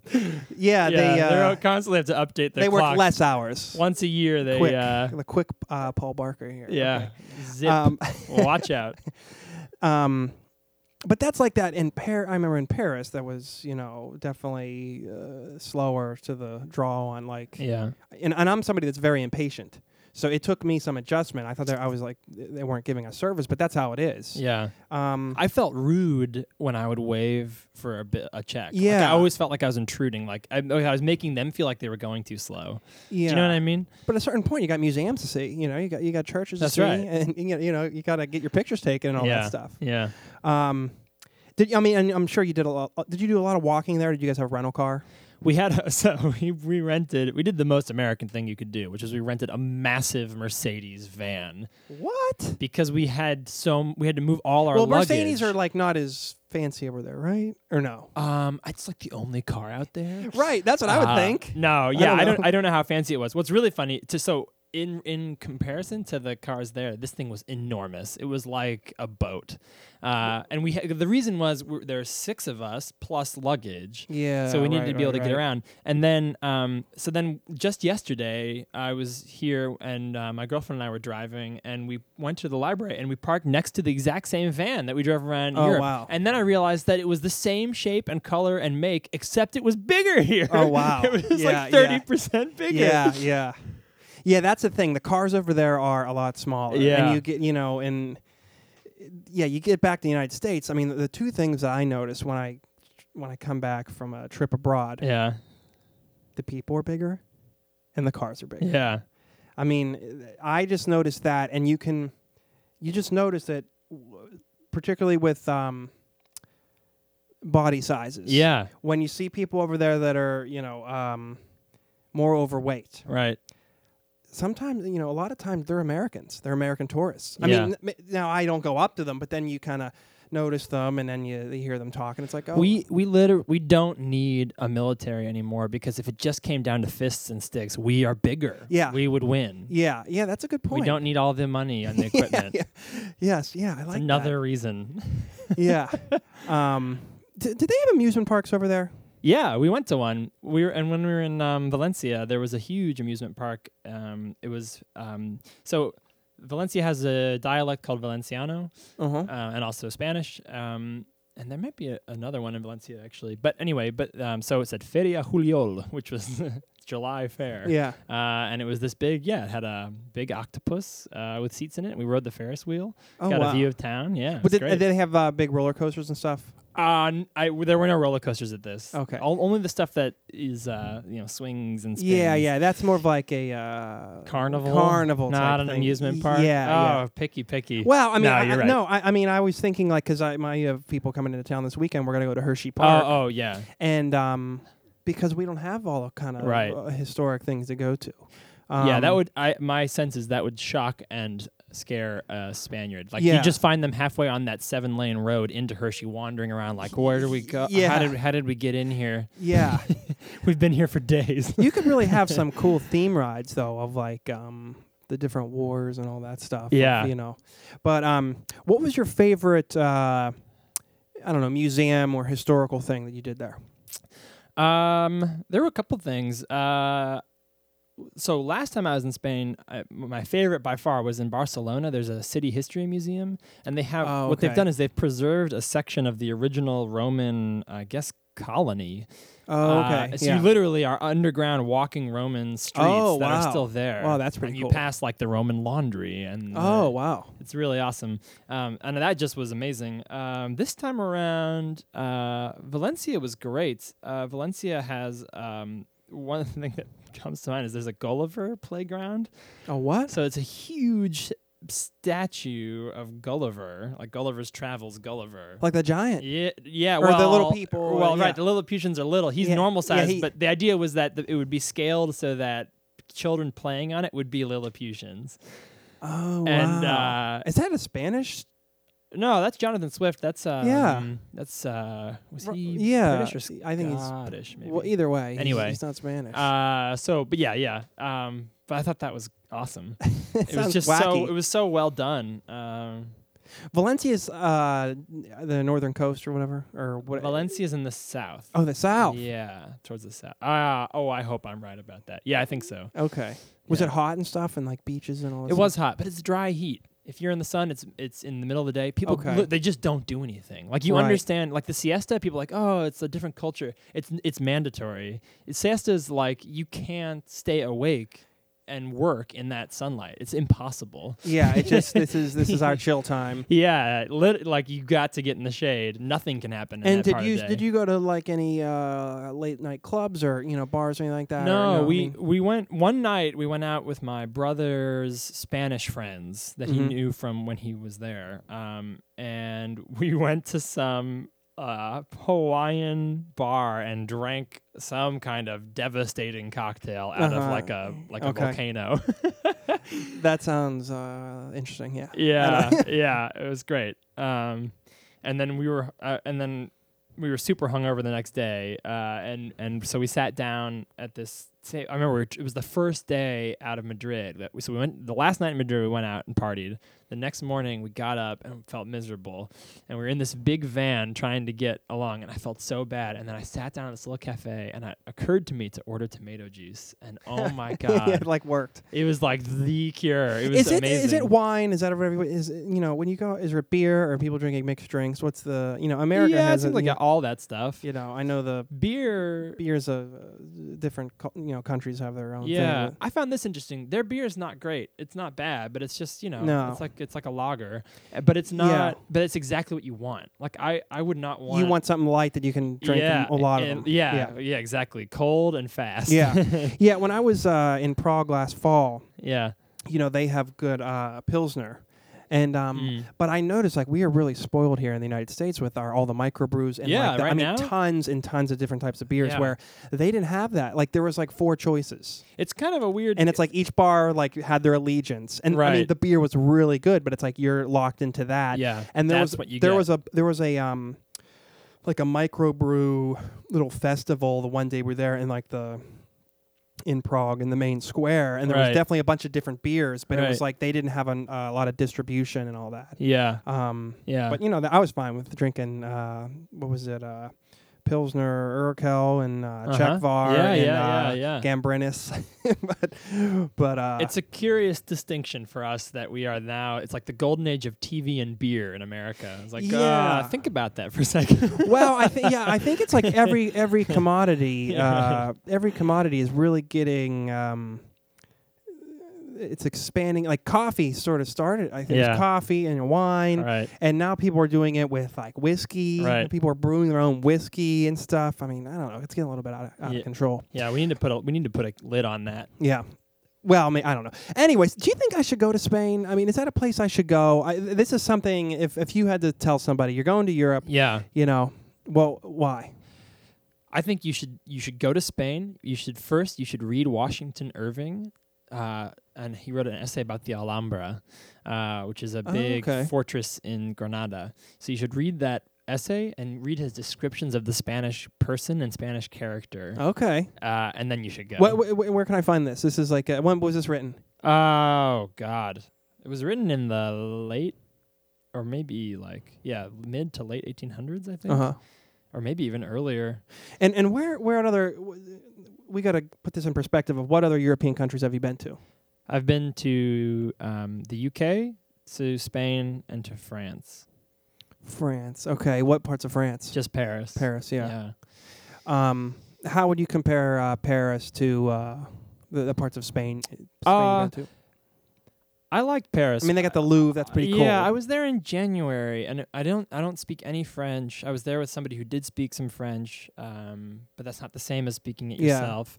A: yeah, they
C: they're
A: uh,
C: all constantly have to update their
A: they work
C: clocks.
A: less hours.
C: once a year. They
A: quick,
C: uh,
A: the quick uh, Paul Barker here.
C: yeah, zip.
A: Okay. Um,
C: Watch out.
A: Um, but that's like that in Paris. I remember in Paris, that was you know definitely uh, slower to the draw on like,
C: Yeah,
A: and, and I'm somebody that's very impatient. So it took me some adjustment. I thought that I was like th- they weren't giving us service, but that's how it is.
C: yeah.
A: Um,
C: I felt rude when I would wave for a bit a check. Like,
A: Yeah.
C: I always felt like I was intruding. Like I, I was making them feel like they were going too slow.
A: yeah.
C: Do you know what I mean?
A: But at a certain point, you got museums to see. You know, you got you got churches
C: That's
A: to see,
C: right.
A: and you know, you know you got to get your pictures taken and all
C: yeah,
A: that stuff.
C: Yeah.
A: Um, did I mean? And I'm sure you did a lot. Did you do a lot of walking there? Did you guys have a rental car?
C: We had a, so we, we rented. We did the most American thing you could do, which is we rented a massive Mercedes van
A: What?
C: because we had so we had to move all our
A: well,
C: luggage.
A: Mercedes are like not as fancy over there, right? Or no?
C: Um, it's like the only car out there.
A: Right. That's what I would
C: Uh,
A: think.
C: No, yeah,
A: don't
C: I don't, I don't.
A: know.
C: know how fancy it was. What's really funny to so in in comparison to the cars there, this thing was enormous. It was like a boat, uh, and we ha- the reason was we there are six of us plus luggage.
A: Yeah.
C: So we needed
A: right,
C: to be able
A: right,
C: to get
A: right.
C: around, and then um, so then just yesterday I was here, and uh, my girlfriend and I were driving, and we went to the library, and we parked next to the exact same van that we drove around
A: Oh,
C: Europe.
A: wow.
C: And then I realized that it was the same shape and color and make, except it was bigger here.
A: Oh, wow.
C: it was
A: Yeah, yeah.
C: like thirty percent bigger.
A: Yeah, yeah, yeah. That's the thing. The cars over there are a lot smaller.
C: Yeah.
A: and you get you know, and yeah, you get back to the United States. I mean, the, the two things that I notice when I when I come back from a trip abroad,
C: yeah,
A: the people are bigger, and the cars are bigger.
C: yeah,
A: I mean, I just noticed that, and you can, you just notice that, w- particularly with um, body sizes.
C: yeah.
A: When you see people over there that are, you know, um, more overweight,
C: Right.
A: sometimes, you know, a lot of times they're Americans. They're American tourists. I
C: Yeah.
A: mean, n- m- now I don't go up to them, but then you kind of notice them, and then you, you hear them talking. It's like, oh,
C: We we liter- we don't need a military anymore because if it just came down to fists and sticks, we are bigger.
A: Yeah.
C: we would win.
A: yeah, yeah, that's a good point.
C: We don't need all the money on the
A: Yeah,
C: equipment.
A: yeah. Yes, yeah, I like that.
C: Another reason.
A: yeah. Um, d- did they have amusement parks over there?
C: Yeah, we went to one. We were, and when we were in um, Valencia, there was a huge amusement park. Um, it was um, so Valencia has a dialect called Valenciano,
A: Uh huh.
C: uh, and also Spanish. Um, and there might be a, another one in Valencia actually. But anyway, but um, so it said Feria Juliol, which was July Fair.
A: Yeah.
C: Uh, and it was this big, yeah, it had a big octopus uh, with seats in it. We rode the Ferris wheel,
A: Oh
C: got
A: wow.
C: a view of town. Yeah, it
A: but
C: was
A: did,
C: great.
A: did they have uh, big roller coasters and stuff?
C: Uh, n- I w- there were no roller coasters at this.
A: Okay.
C: O- only the stuff that is uh, you know swings and spins.
A: Yeah, yeah. That's more of like a uh,
C: Carnival.
A: Carnival,
C: not
A: type
C: an
A: thing.
C: amusement
A: Y-
C: park.
A: Yeah.
C: Oh,
A: yeah.
C: picky, picky.
A: Well, I mean,
C: No,
A: I,
C: you're right.
A: no, I, I mean, I was thinking like because I my uh, people coming into town this weekend, we're gonna go to Hershey Park,
C: Oh, oh yeah.
A: and um, because we don't have all the kind of
C: Right.
A: uh, historic things to go to. Um,
C: yeah, that would. I my sense is that would shock and scare a Spaniard. Like
A: Yeah.
C: you just find them halfway on that seven lane road into Hershey, wandering around like, where do we go?
A: Yeah.
C: How did how did we get in here?
A: Yeah,
C: We've been here for days.
A: you could really have some cool theme rides though of like um the different wars and all that stuff. of,
C: Yeah.
A: you know. But um, what was your favorite? Uh, I don't know, museum or historical thing that you did there.
C: Um, there were a couple things. Uh, so last time I was in Spain, I, my favorite by far was in Barcelona. There's a city history museum, and they have
A: Oh,
C: what
A: okay.
C: they've done is they've preserved a section of the original Roman, I guess, colony.
A: Oh,
C: Uh,
A: okay.
C: so
A: yeah.
C: you literally are underground walking Roman streets
A: Oh,
C: that
A: wow.
C: are still there.
A: Wow, that's pretty
C: and
A: cool.
C: You pass like the Roman laundry and
A: oh,
C: the-
A: wow.
C: it's really awesome. Um, and that just was amazing. Um, this time around, uh, Valencia was great. Uh, Valencia has um, one thing that comes to mind is there's a Gulliver playground.
A: A what?
C: So it's a huge statue of Gulliver, like Gulliver's Travels Gulliver.
A: Like the giant.
C: Yeah, yeah.
A: Or the little
C: well-
A: people,
C: Well,
A: yeah.
C: right. The Lilliputians are little. He's
A: Yeah,
C: normal
A: yeah,
C: size,
A: he-
C: but the idea was that th- it would be scaled so that children playing on it would be Lilliputians.
A: Oh,
C: And
A: wow.
C: uh,
A: Is that a Spanish?
C: no, that's Jonathan Swift. That's uh,
A: Yeah.
C: um, That's uh, was
A: Ro-
C: he
A: yeah,
C: British or Scottish?
A: I think he's-
C: maybe.
A: Well, either way. he's-
C: Anyway.
A: he's not Spanish.
C: uh, so, but yeah, yeah. Um, but I thought that was awesome.
A: it,
C: it was
A: sounds
C: just so
A: wacky.
C: it was so well done. Um,
A: Valencia's uh, the northern coast or whatever or what?
C: Valencia's in the south.
A: Oh, the south.
C: Yeah, towards the south. Ah, oh, I hope I'm right about that. Yeah, I think so.
A: Okay. Was
C: Yeah.
A: it hot and stuff and like beaches and all? that
C: It
A: stuff?
C: was hot, but it's dry heat. If you're in the sun, it's it's in the middle of the day. People
A: Okay.
C: li- they just don't do anything. Like you
A: Right.
C: understand, like the siesta, people are like, oh, it's a different culture. It's it's mandatory. Siesta is like you can't stay awake and work in that sunlight. It's impossible.
A: Yeah. It just this is this is our chill time.
C: Yeah, lit- like you got to get in the shade. Nothing can happen. In
A: And
C: that
A: did
C: part
A: you
C: of the day.
A: did you go to like any uh, late night clubs or you know bars or anything like that? or
C: No,
A: I
C: we
A: mean-
C: we went one night. We went out with my brother's Spanish friends that
A: Mhm.
C: he knew from when he was there, um, and we went to some uh, Hawaiian bar and drank some kind of devastating cocktail out of
A: Uh-huh.
C: like a like
A: Okay.
C: a volcano.
A: that sounds uh, interesting. Yeah.
C: yeah, yeah, it was great. Um, and then we were uh, and then we were super hungover the next day, uh, and and so we sat down at this. sa- I remember we were, it was the first day out of Madrid. That we, so we went the last night in Madrid. We went out and partied. The next morning we got up and felt miserable, and we were in this big van trying to get along, and I felt so bad. And then I sat down at this little cafe, and it occurred to me to order tomato juice, and oh my god,
A: it like worked.
C: it was like the cure. It was
A: Is it
C: amazing.
A: is it wine? Is that whatever? Is it- you know when you go? Is it beer or are people drinking mixed drinks? What's the you know America
C: yeah, it
A: has a,
C: seems like
A: you,
C: all that stuff.
A: you know I know the
C: Beer,
A: beers of uh, different co- you know countries have their own.
C: yeah.
A: thing.
C: I found this interesting. Their beer is not great. It's not bad, but it's just you know,
A: No.
C: it's like it's like a lager, Uh, but it's
A: Yeah.
C: not. But it's exactly what you want. Like I, I would not want.
A: you want something light that you can drink
C: yeah,
A: a lot of
C: and-
A: them.
C: Yeah,
A: yeah.
C: yeah, exactly. Cold and fast.
A: Yeah. Yeah, When I was uh, in Prague last fall,
C: yeah.
A: you know they have good uh, pilsner, And um,
C: Mm.
A: but I noticed like we are really spoiled here in the United States with our all the microbrews and
C: Yeah,
A: like the, I
C: right
A: mean
C: now.
A: tons and tons of different types of beers
C: Yeah.
A: where they didn't have that. Like there was like four choices,
C: It's kind of a weird.
A: and it's like each bar like had their allegiance. And I mean
C: Right.
A: the beer was really good, but it's like you're locked into that.
C: yeah,
A: And there
C: that's
A: was
C: what you
A: there
C: get.
A: was a there was a um like a microbrew little festival the one day we were there in like the in Prague in the main square and there
C: Right.
A: was definitely a bunch of different beers but it was
C: Right.
A: like they didn't have an, uh, a lot of distribution and all that.
C: yeah,
A: Um
C: yeah,
A: but you know, th- I was fine with drinking. Uh, what was it? Uh, Pilsner, Urkel, and uh,
C: Uh-huh.
A: Czechvar,
C: Yeah,
A: and
C: yeah,
A: uh,
C: yeah, yeah.
A: Gambrinus. but but uh,
C: it's a curious distinction for us that we are now. It's like the golden age of TV and beer in America. It's like,
A: Yeah.
C: uh, think about that for a second.
A: well, I think yeah, I think it's like every every commodity,
C: Yeah, right.
A: uh, every commodity is really getting. Um, it's expanding like coffee sort of started. I think it was
C: Yeah.
A: coffee and wine.
C: right.
A: And now people are doing it with like whiskey.
C: Right.
A: People are brewing their own whiskey and stuff. I mean, I don't know. It's getting a little bit out of, out
C: Yeah.
A: of control.
C: Yeah, we need to put a we need to put a lid on that.
A: Yeah. Well, I mean, I don't know. Anyways, do you think I should go to Spain? I mean, is that a place I should go? I, th- this is something. If if you had to tell somebody you're going to Europe,
C: Yeah.
A: you know, well, why?
C: I think you should you should go to Spain. You should first you should read Washington Irving, uh, and he wrote an essay about the Alhambra, uh, which is a
A: Oh,
C: big
A: okay.
C: fortress in Granada. So you should read that essay and read his descriptions of the Spanish person and Spanish character,
A: Okay.
C: uh, and then you should go.
A: Wh- wh- wh- where can I find this? This is like uh when was this written?
C: oh God, it was written in the late. Or maybe like yeah, mid to late 1800s, I think,
A: Uh huh.
C: or maybe even earlier.
A: And and where where at other? w- We got to put this in perspective of what other European countries have you been to?
C: I've been to um, the UK, to Spain, and to France.
A: France. Okay. What parts of France?
C: Just Paris.
A: Paris. Yeah. Um. How would you compare uh, Paris to uh, the, the parts of Spain? Spain
C: Uh,
A: you've been to?
C: I liked Paris.
A: I mean, they got the Louvre. That's pretty
C: yeah,
A: cool.
C: I was there in January, and I don't I don't speak any French. I was there with somebody who did speak some French, um, but that's not the same as speaking it
A: Yeah.
C: yourself.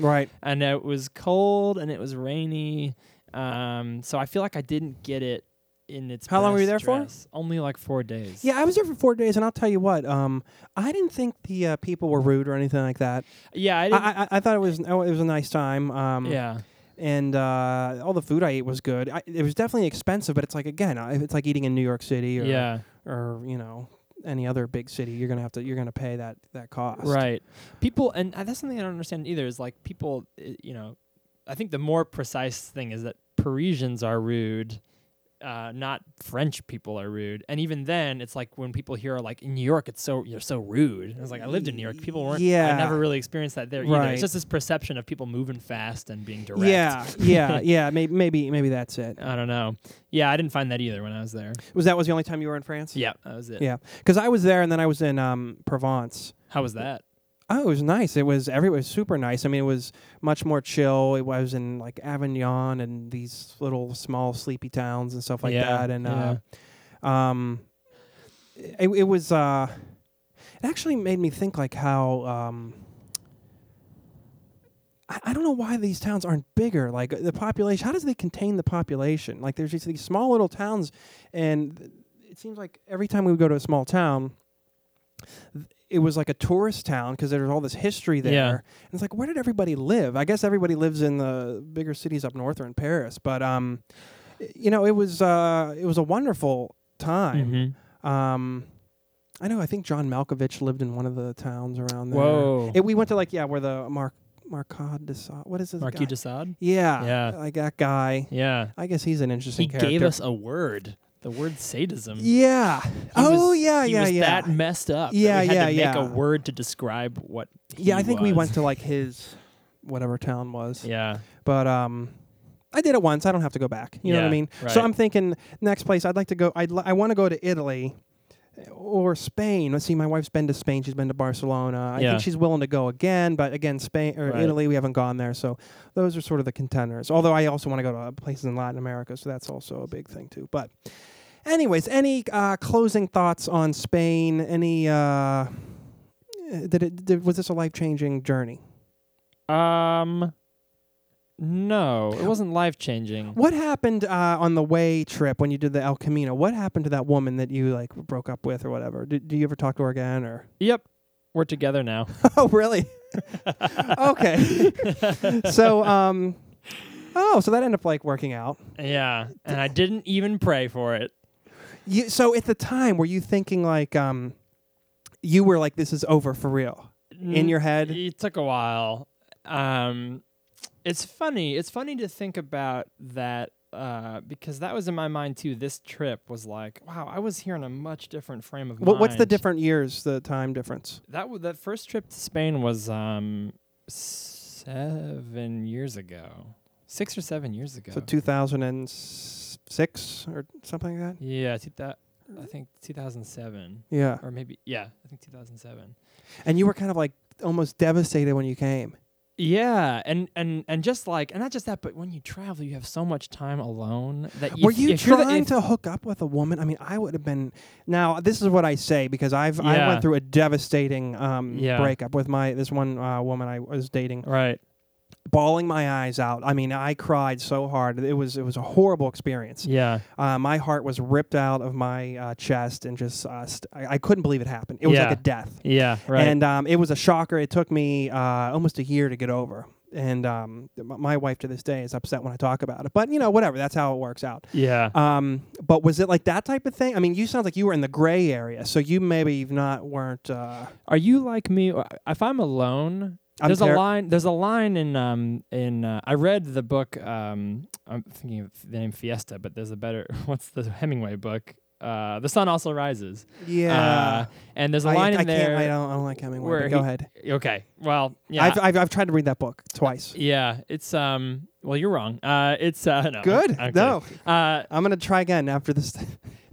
A: Right.
C: and it was cold, and it was rainy, um, so I feel like I didn't get it in its.
A: How long were you
C: best
A: there for?
C: dress. Only like four days.
A: Yeah, I was there for four days, and I'll tell you what. Um, I didn't think the uh, people were rude or anything like that.
C: yeah, I
A: I
C: didn't.
A: I, I, I thought it was oh, it was a nice time. Um,
C: yeah,
A: And uh, all the food I ate was good. I, it was definitely expensive, but it's like again, I- it's like eating in New York City or
C: yeah.
A: or you know any other big city. You're gonna have to you're gonna pay that that cost.
C: Right. People, and uh, that's something I don't understand either. Is like people, uh, you know, I think the more precise thing is that Parisians are rude. Uh, not French people are rude, and even then, it's like when people here are like in New York, it's so you're so rude. I was like, I lived in New York. People weren't.
A: Yeah.
C: I never really experienced that there either.
A: Right.
C: It's just this perception of people moving fast and being direct.
A: Yeah, yeah, yeah. Maybe, maybe, maybe that's it.
C: I don't know. Yeah, I didn't find that either when I was there.
A: Was that was the only time you were in France?
C: Yeah, that was it.
A: yeah. Because I was there, and then I was in um, Provence,
C: How was that?
A: Oh, it was nice. It was every it was super nice. I mean, it was much more chill. It was in like Avignon and these little small sleepy towns and stuff like
C: Yeah,
A: that. And uh, um, it it was uh, it actually made me think like how um, I, I don't know why these towns aren't bigger. Like uh, the population, how does they contain the population? Like there's just these small little towns, and it seems like every time we would go to a small town it was like a tourist town because there was all this history there.
C: Yeah.
A: And it's like, where did everybody live? I guess everybody lives in the bigger cities up north or in Paris. But um, y- you know, it was uh, it was a wonderful time.
C: Mhm.
A: Um, I know. I think John Malkovich lived in one of the towns around there.
C: Whoa,
A: It, we went to like yeah, where the Mark Marcade de Sa- what is this
C: Marquis
A: guy?
C: de Sade.
A: yeah,
C: Yeah.
A: like that guy.
C: Yeah,
A: I guess he's an interesting
C: he
A: character.
C: gave us a word. The word sadism.
A: yeah. oh
C: was-
A: yeah,
C: he
A: yeah,
C: was
A: yeah.
C: That messed up. that
A: Yeah,
C: we had
A: yeah,
C: to
A: yeah.
C: Make a word to describe what.
A: yeah,
C: he
A: I think we
C: was.
A: went to like his whatever town was.
C: Yeah.
A: but um I did it once. I don't have to go back. You know what I
C: Yeah,
A: mean?
C: right.
A: So I'm thinking next place I'd like to go. I'd li- I want to go to Italy eh, or Spain. Let's see. My wife's been to Spain. She's been to Barcelona. I
C: Yeah.
A: think she's willing to go again. But again, Spain or
C: Right.
A: Italy, we haven't gone there. So those are sort of the contenders. Although I also want to go to uh, places in Latin America. So that's also a big thing too. But anyways, any uh, closing thoughts on Spain? Any uh, did it did, was this a life changing journey?
C: Um, No, it wasn't life changing.
A: What happened uh, on the way trip when you did the El Camino? What happened to that woman that you like broke up with or whatever? Did, do you ever talk to her again or?
C: Yep, we're together now.
A: Oh, really? okay. so, um, oh, so that ended up like working out.
C: yeah, and I didn't even pray for it.
A: You, so at the time, were you thinking like, um, you were like, this is over for real in
C: Mm,
A: your head?
C: It took a while. Um, it's funny. It's funny to think about that uh, because that was in my mind too. This trip was like, wow, I was here in a much different frame of
A: What,
C: mind.
A: what's the different years, the time difference?
C: That w- that first trip to Spain was um, seven years ago, six or seven years ago.
A: So 2006 or something like that?
C: yeah, two thou- I think 2007
A: Yeah.
C: or maybe yeah, I think 2007.
A: And you were kind of like almost devastated when you came.
C: Yeah, and and and just like and not just that, but when you travel, you have so much time alone that
A: Were you
C: if you're the-
A: trying
C: if-
A: to hook up with a woman? I mean, I would have been. Now, this is what I say because I've I
C: Yeah.
A: went through a devastating um,
C: Yeah.
A: breakup with my this one uh, woman I was dating,
C: Right.
A: bawling my eyes out. I mean, I cried so hard. It was it was a horrible experience.
C: Yeah.
A: Uh, my heart was ripped out of my uh, chest and just uh, st- I, I couldn't believe it happened. It was
C: Yeah.
A: like a death,
C: Yeah. Right.
A: and um, it was a shocker. It took me uh, almost a year to get over. And um, m- my wife to this day is upset when I talk about it, but you know, whatever. That's how it works out.
C: yeah.
A: Um, but was it like that type of thing? I mean, you sound like you were in the gray area, so you maybe you've not weren't. Uh,
C: Are you like me? Or- If I'm alone,
A: I'm
C: there's
A: ter-
C: a line. There's a line in um in uh, I read the book. Um, I'm thinking of the name Fiesta, but there's a better. What's the Hemingway book? Uh, the sun also rises.
A: Yeah,
C: Uh, and there's a
A: I,
C: line
A: I
C: in there.
A: can't. I don't, I don't like Hemingway.
C: where
A: but go
C: he-
A: ahead.
C: Okay. Well, yeah.
A: I've, I've I've tried to read that book twice.
C: yeah. It's um. Well, you're wrong. Uh, it's uh. No, I'm-
A: Good.
C: I'm kidding.
A: no,
C: Uh,
A: I'm gonna try again after this.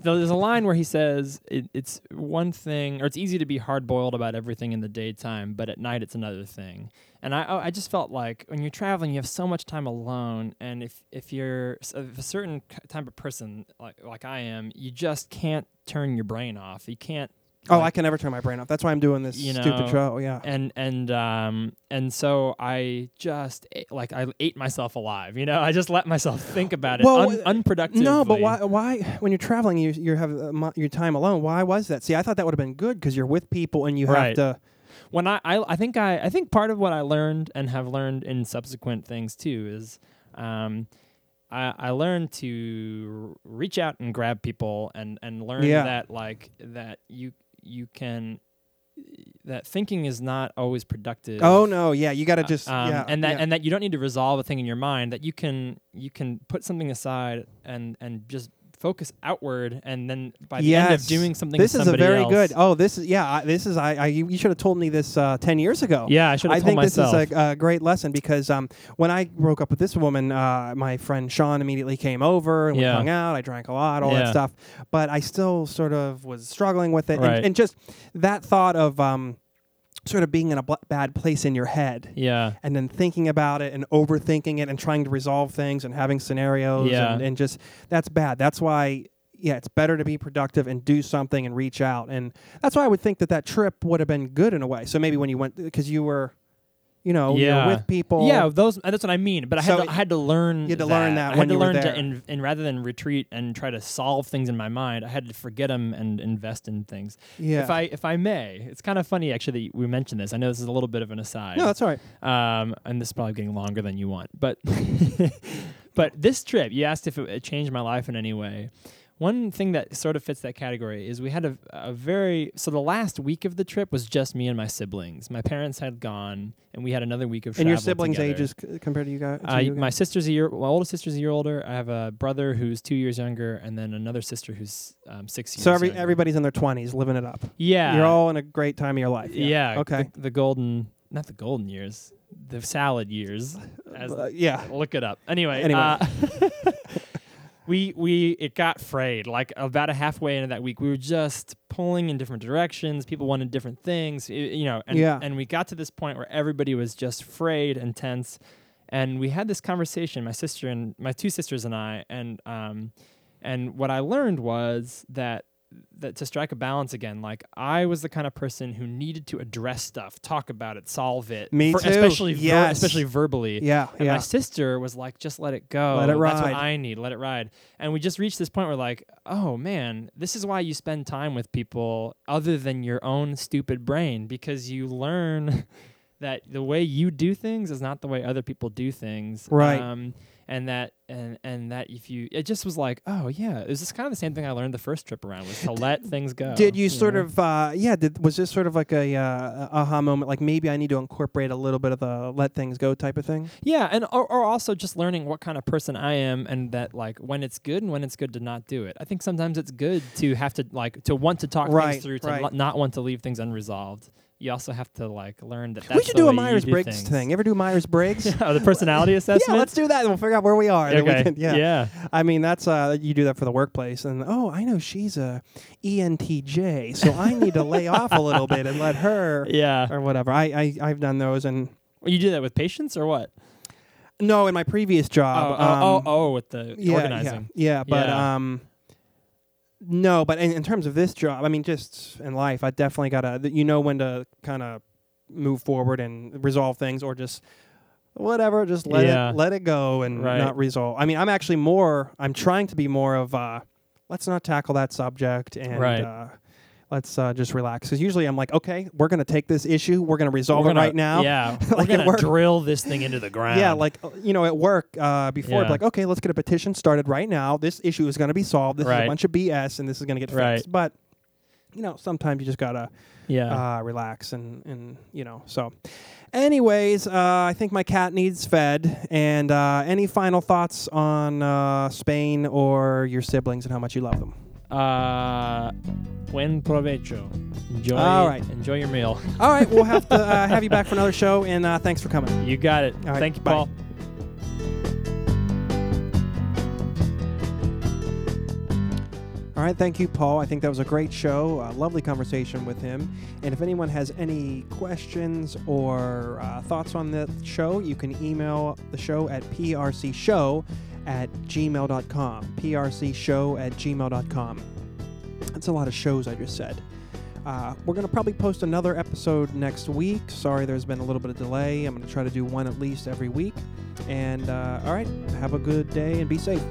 C: Though there's a line where he says it, it's one thing, or it's easy to be hard boiled about everything in the daytime, but at night it's another thing. And I, I- I just felt like when you're traveling, you have so much time alone, and if if you're s- if a certain k- type of person like like I am, you just can't turn your brain off. You can't.
A: oh, I
C: like-
A: can never turn my brain off. That's why I'm doing this
C: You know,
A: stupid show. Yeah.
C: and and um and so I just a- like I ate myself alive. You know, I just let myself think about it
A: Well,
C: un-
A: uh,
C: unproductively.
A: No, but why? Why when you're traveling, you you have uh, mo- your time alone. Why was that? See, I thought that would have been good because you're with people and you
C: Right.
A: have to.
C: when I, I I think I I think part of what I learned and have learned in subsequent things too is um I, I learned to r- reach out and grab people and and learn
A: Yeah.
C: that like that you you can that thinking is not always productive.
A: Oh no, yeah, you got to
C: Uh,
A: just
C: um,
A: yeah,
C: and that
A: yeah.
C: and that you don't need to resolve a thing in your mind that you can you can put something aside and and just focus outward and then by the end of
A: Yes.
C: doing something
A: this
C: with
A: is a
C: somebody
A: very
C: else-
A: good. Oh, this is yeah. I- This is I. I you, you should have told me this uh, ten years ago.
C: yeah I should
A: I
C: have told
A: think
C: myself
A: this is a, a great lesson because um, when I broke up with this woman, uh, my friend Sean immediately came over and we
C: Yeah.
A: hung out. I drank a lot, all
C: Yeah.
A: that stuff, but I still sort of was struggling with it,
C: Right.
A: and, and just that thought of um, sort of being in a bl- bad place in your head.
C: yeah
A: And then thinking about it and overthinking it and trying to resolve things and having scenarios
C: Yeah.
A: and, and just that's bad. That's why, yeah, it's better to be productive and do something and reach out. And that's why I would think that that trip would have been good in a way. So maybe when you went, because you were, you know,
C: Yeah.
A: you were with people.
C: Yeah, those. uh, That's what I mean. But I had
A: So
C: to, I had to learn.
A: you had to learn that
C: I
A: when
C: had to
A: you were
C: learn
A: there.
C: to, in, and rather than retreat and try to solve things in my mind, I had to forget them and invest in things.
A: Yeah.
C: If I, if I may, it's kind of funny actually that we mentioned this. I know this is a little bit of an aside.
A: no, that's all right.
C: um, and this is probably getting longer than you want, but, but this trip, you asked if it, it changed my life in any way. One thing that sort of fits that category is we had a, a very so the last week of the trip was just me and my siblings. My parents had gone, and we had another week of
A: and your
C: travel
A: siblings'
C: together.
A: ages c- compared to you guys? to
C: I,
A: you guys?
C: Uh, my sister's a year. My oldest sister's a year older. I have a brother who's two years younger, and then another sister who's um, six years.
A: so every,
C: younger.
A: everybody's in their 20s living it up.
C: yeah,
A: You're all in a great time of your life.
C: yeah.
A: Okay.
C: the, the golden, not the golden years, the salad years. As
A: Uh, yeah.
C: look it up. Anyway,
A: Anyway.
C: uh, we we it got frayed. Like about a halfway into that week, we were just pulling in different directions. People wanted different things, y- you know. And,
A: Yeah.
C: and we got to this point where everybody was just frayed and tense. And we had this conversation, my sister and my two sisters and I, and um, and what I learned was that that to strike a balance again. Like I was the kind of person who needed to address stuff, talk about it, solve it.
A: Me
C: for-
A: too.
C: Especially ver-
A: Yes.
C: especially verbally.
A: Yeah,
C: And my
A: yeah.
C: sister was like, just let it go.
A: Let it
C: That's
A: ride."
C: what I need. Let it ride. And we just reached this point where like, oh man, this is why you spend time with people other than your own stupid brain because you learn that the way you do things is not the way other people do things.
A: Right.
C: Um, and that and and that if you it just was like oh yeah it was just kind of the same thing I learned the first trip around was to let things go.
A: Did you sort
C: know?
A: of uh, yeah? Did was this sort of like a uh, aha moment? Like maybe I need to incorporate a little bit of the let things go type of thing.
C: Yeah, and or, or also just learning what kind of person I am, and that like when it's good and when it's good to not do it. I think sometimes it's good to have to like to want to talk
A: Right,
C: things through, to
A: right.
C: lo- not want to leave things unresolved. You also have to like learn that. That's
A: we should do
C: the
A: a
C: way you
A: Myers
C: do
A: Briggs
C: things.
A: thing. Ever do Myers Briggs?
C: oh, the personality assessment.
A: yeah, let's do that. and We'll figure out where we are. and then we
C: Okay.
A: can- yeah. I mean, that's uh, you do that for the workplace, and oh, I know she's a E ENTJ, so I need to lay off a little bit and let her
C: yeah, yeah.
A: or whatever. I, I I've done those, and
C: You do that with patients or what?
A: no, in my previous
C: Oh,
A: job. um,
C: oh, oh, oh, with the
A: yeah,
C: organizing.
A: Yeah, yeah but
C: Yeah.
A: um, no, but in, in terms of this job, I mean, just in life, I definitely gotta th- you know when to kind of move forward and resolve things, or just whatever, just let
C: Yeah.
A: it let it go and
C: Right.
A: not resolve. I mean, I'm actually more. I'm trying to be more of uh, let's not tackle that subject and.
C: Right.
A: Uh, Let's uh, just relax. Because usually I'm like, okay, we're going to take this issue. We're going to resolve
C: We're
A: it
C: gonna-
A: right now.
C: Yeah,
A: Like
C: we're
A: at
C: gonna
A: work.
C: drill this thing into the ground.
A: Yeah, like uh, you know, at work uh, before, it'd be
C: Yeah.
A: like, okay, let's get a petition started right now. This issue is going to be solved. This is a
C: Right.
A: bunch of BS, and this is going to get fixed.
C: Right.
A: But you know, sometimes you just gotta
C: yeah.
A: uh, relax and and you know. So, anyways, uh, I think my cat needs fed. And uh, any final thoughts on uh, Spain or your siblings and how much you love them?
C: Uh, buen provecho. Enjoy.
A: All right.
C: Enjoy your meal.
A: All right, we'll have to uh, have you back for another show, and uh, thanks for coming.
C: You got it.
A: right,
C: Thank you,
A: bye.
C: Paul.
A: All right, thank you, Paul. I think that was a great show, a lovely conversation with him. And if anyone has any questions or uh, thoughts on the show, you can email the show at prcshow at gmail.com. prcshow at gmail.com. That's a lot of shows I just said. Uh, we're going to probably post another episode next week. Sorry, there's been a little bit of delay. I'm going to try to do one at least every week. And uh, all right, have a good day and be safe.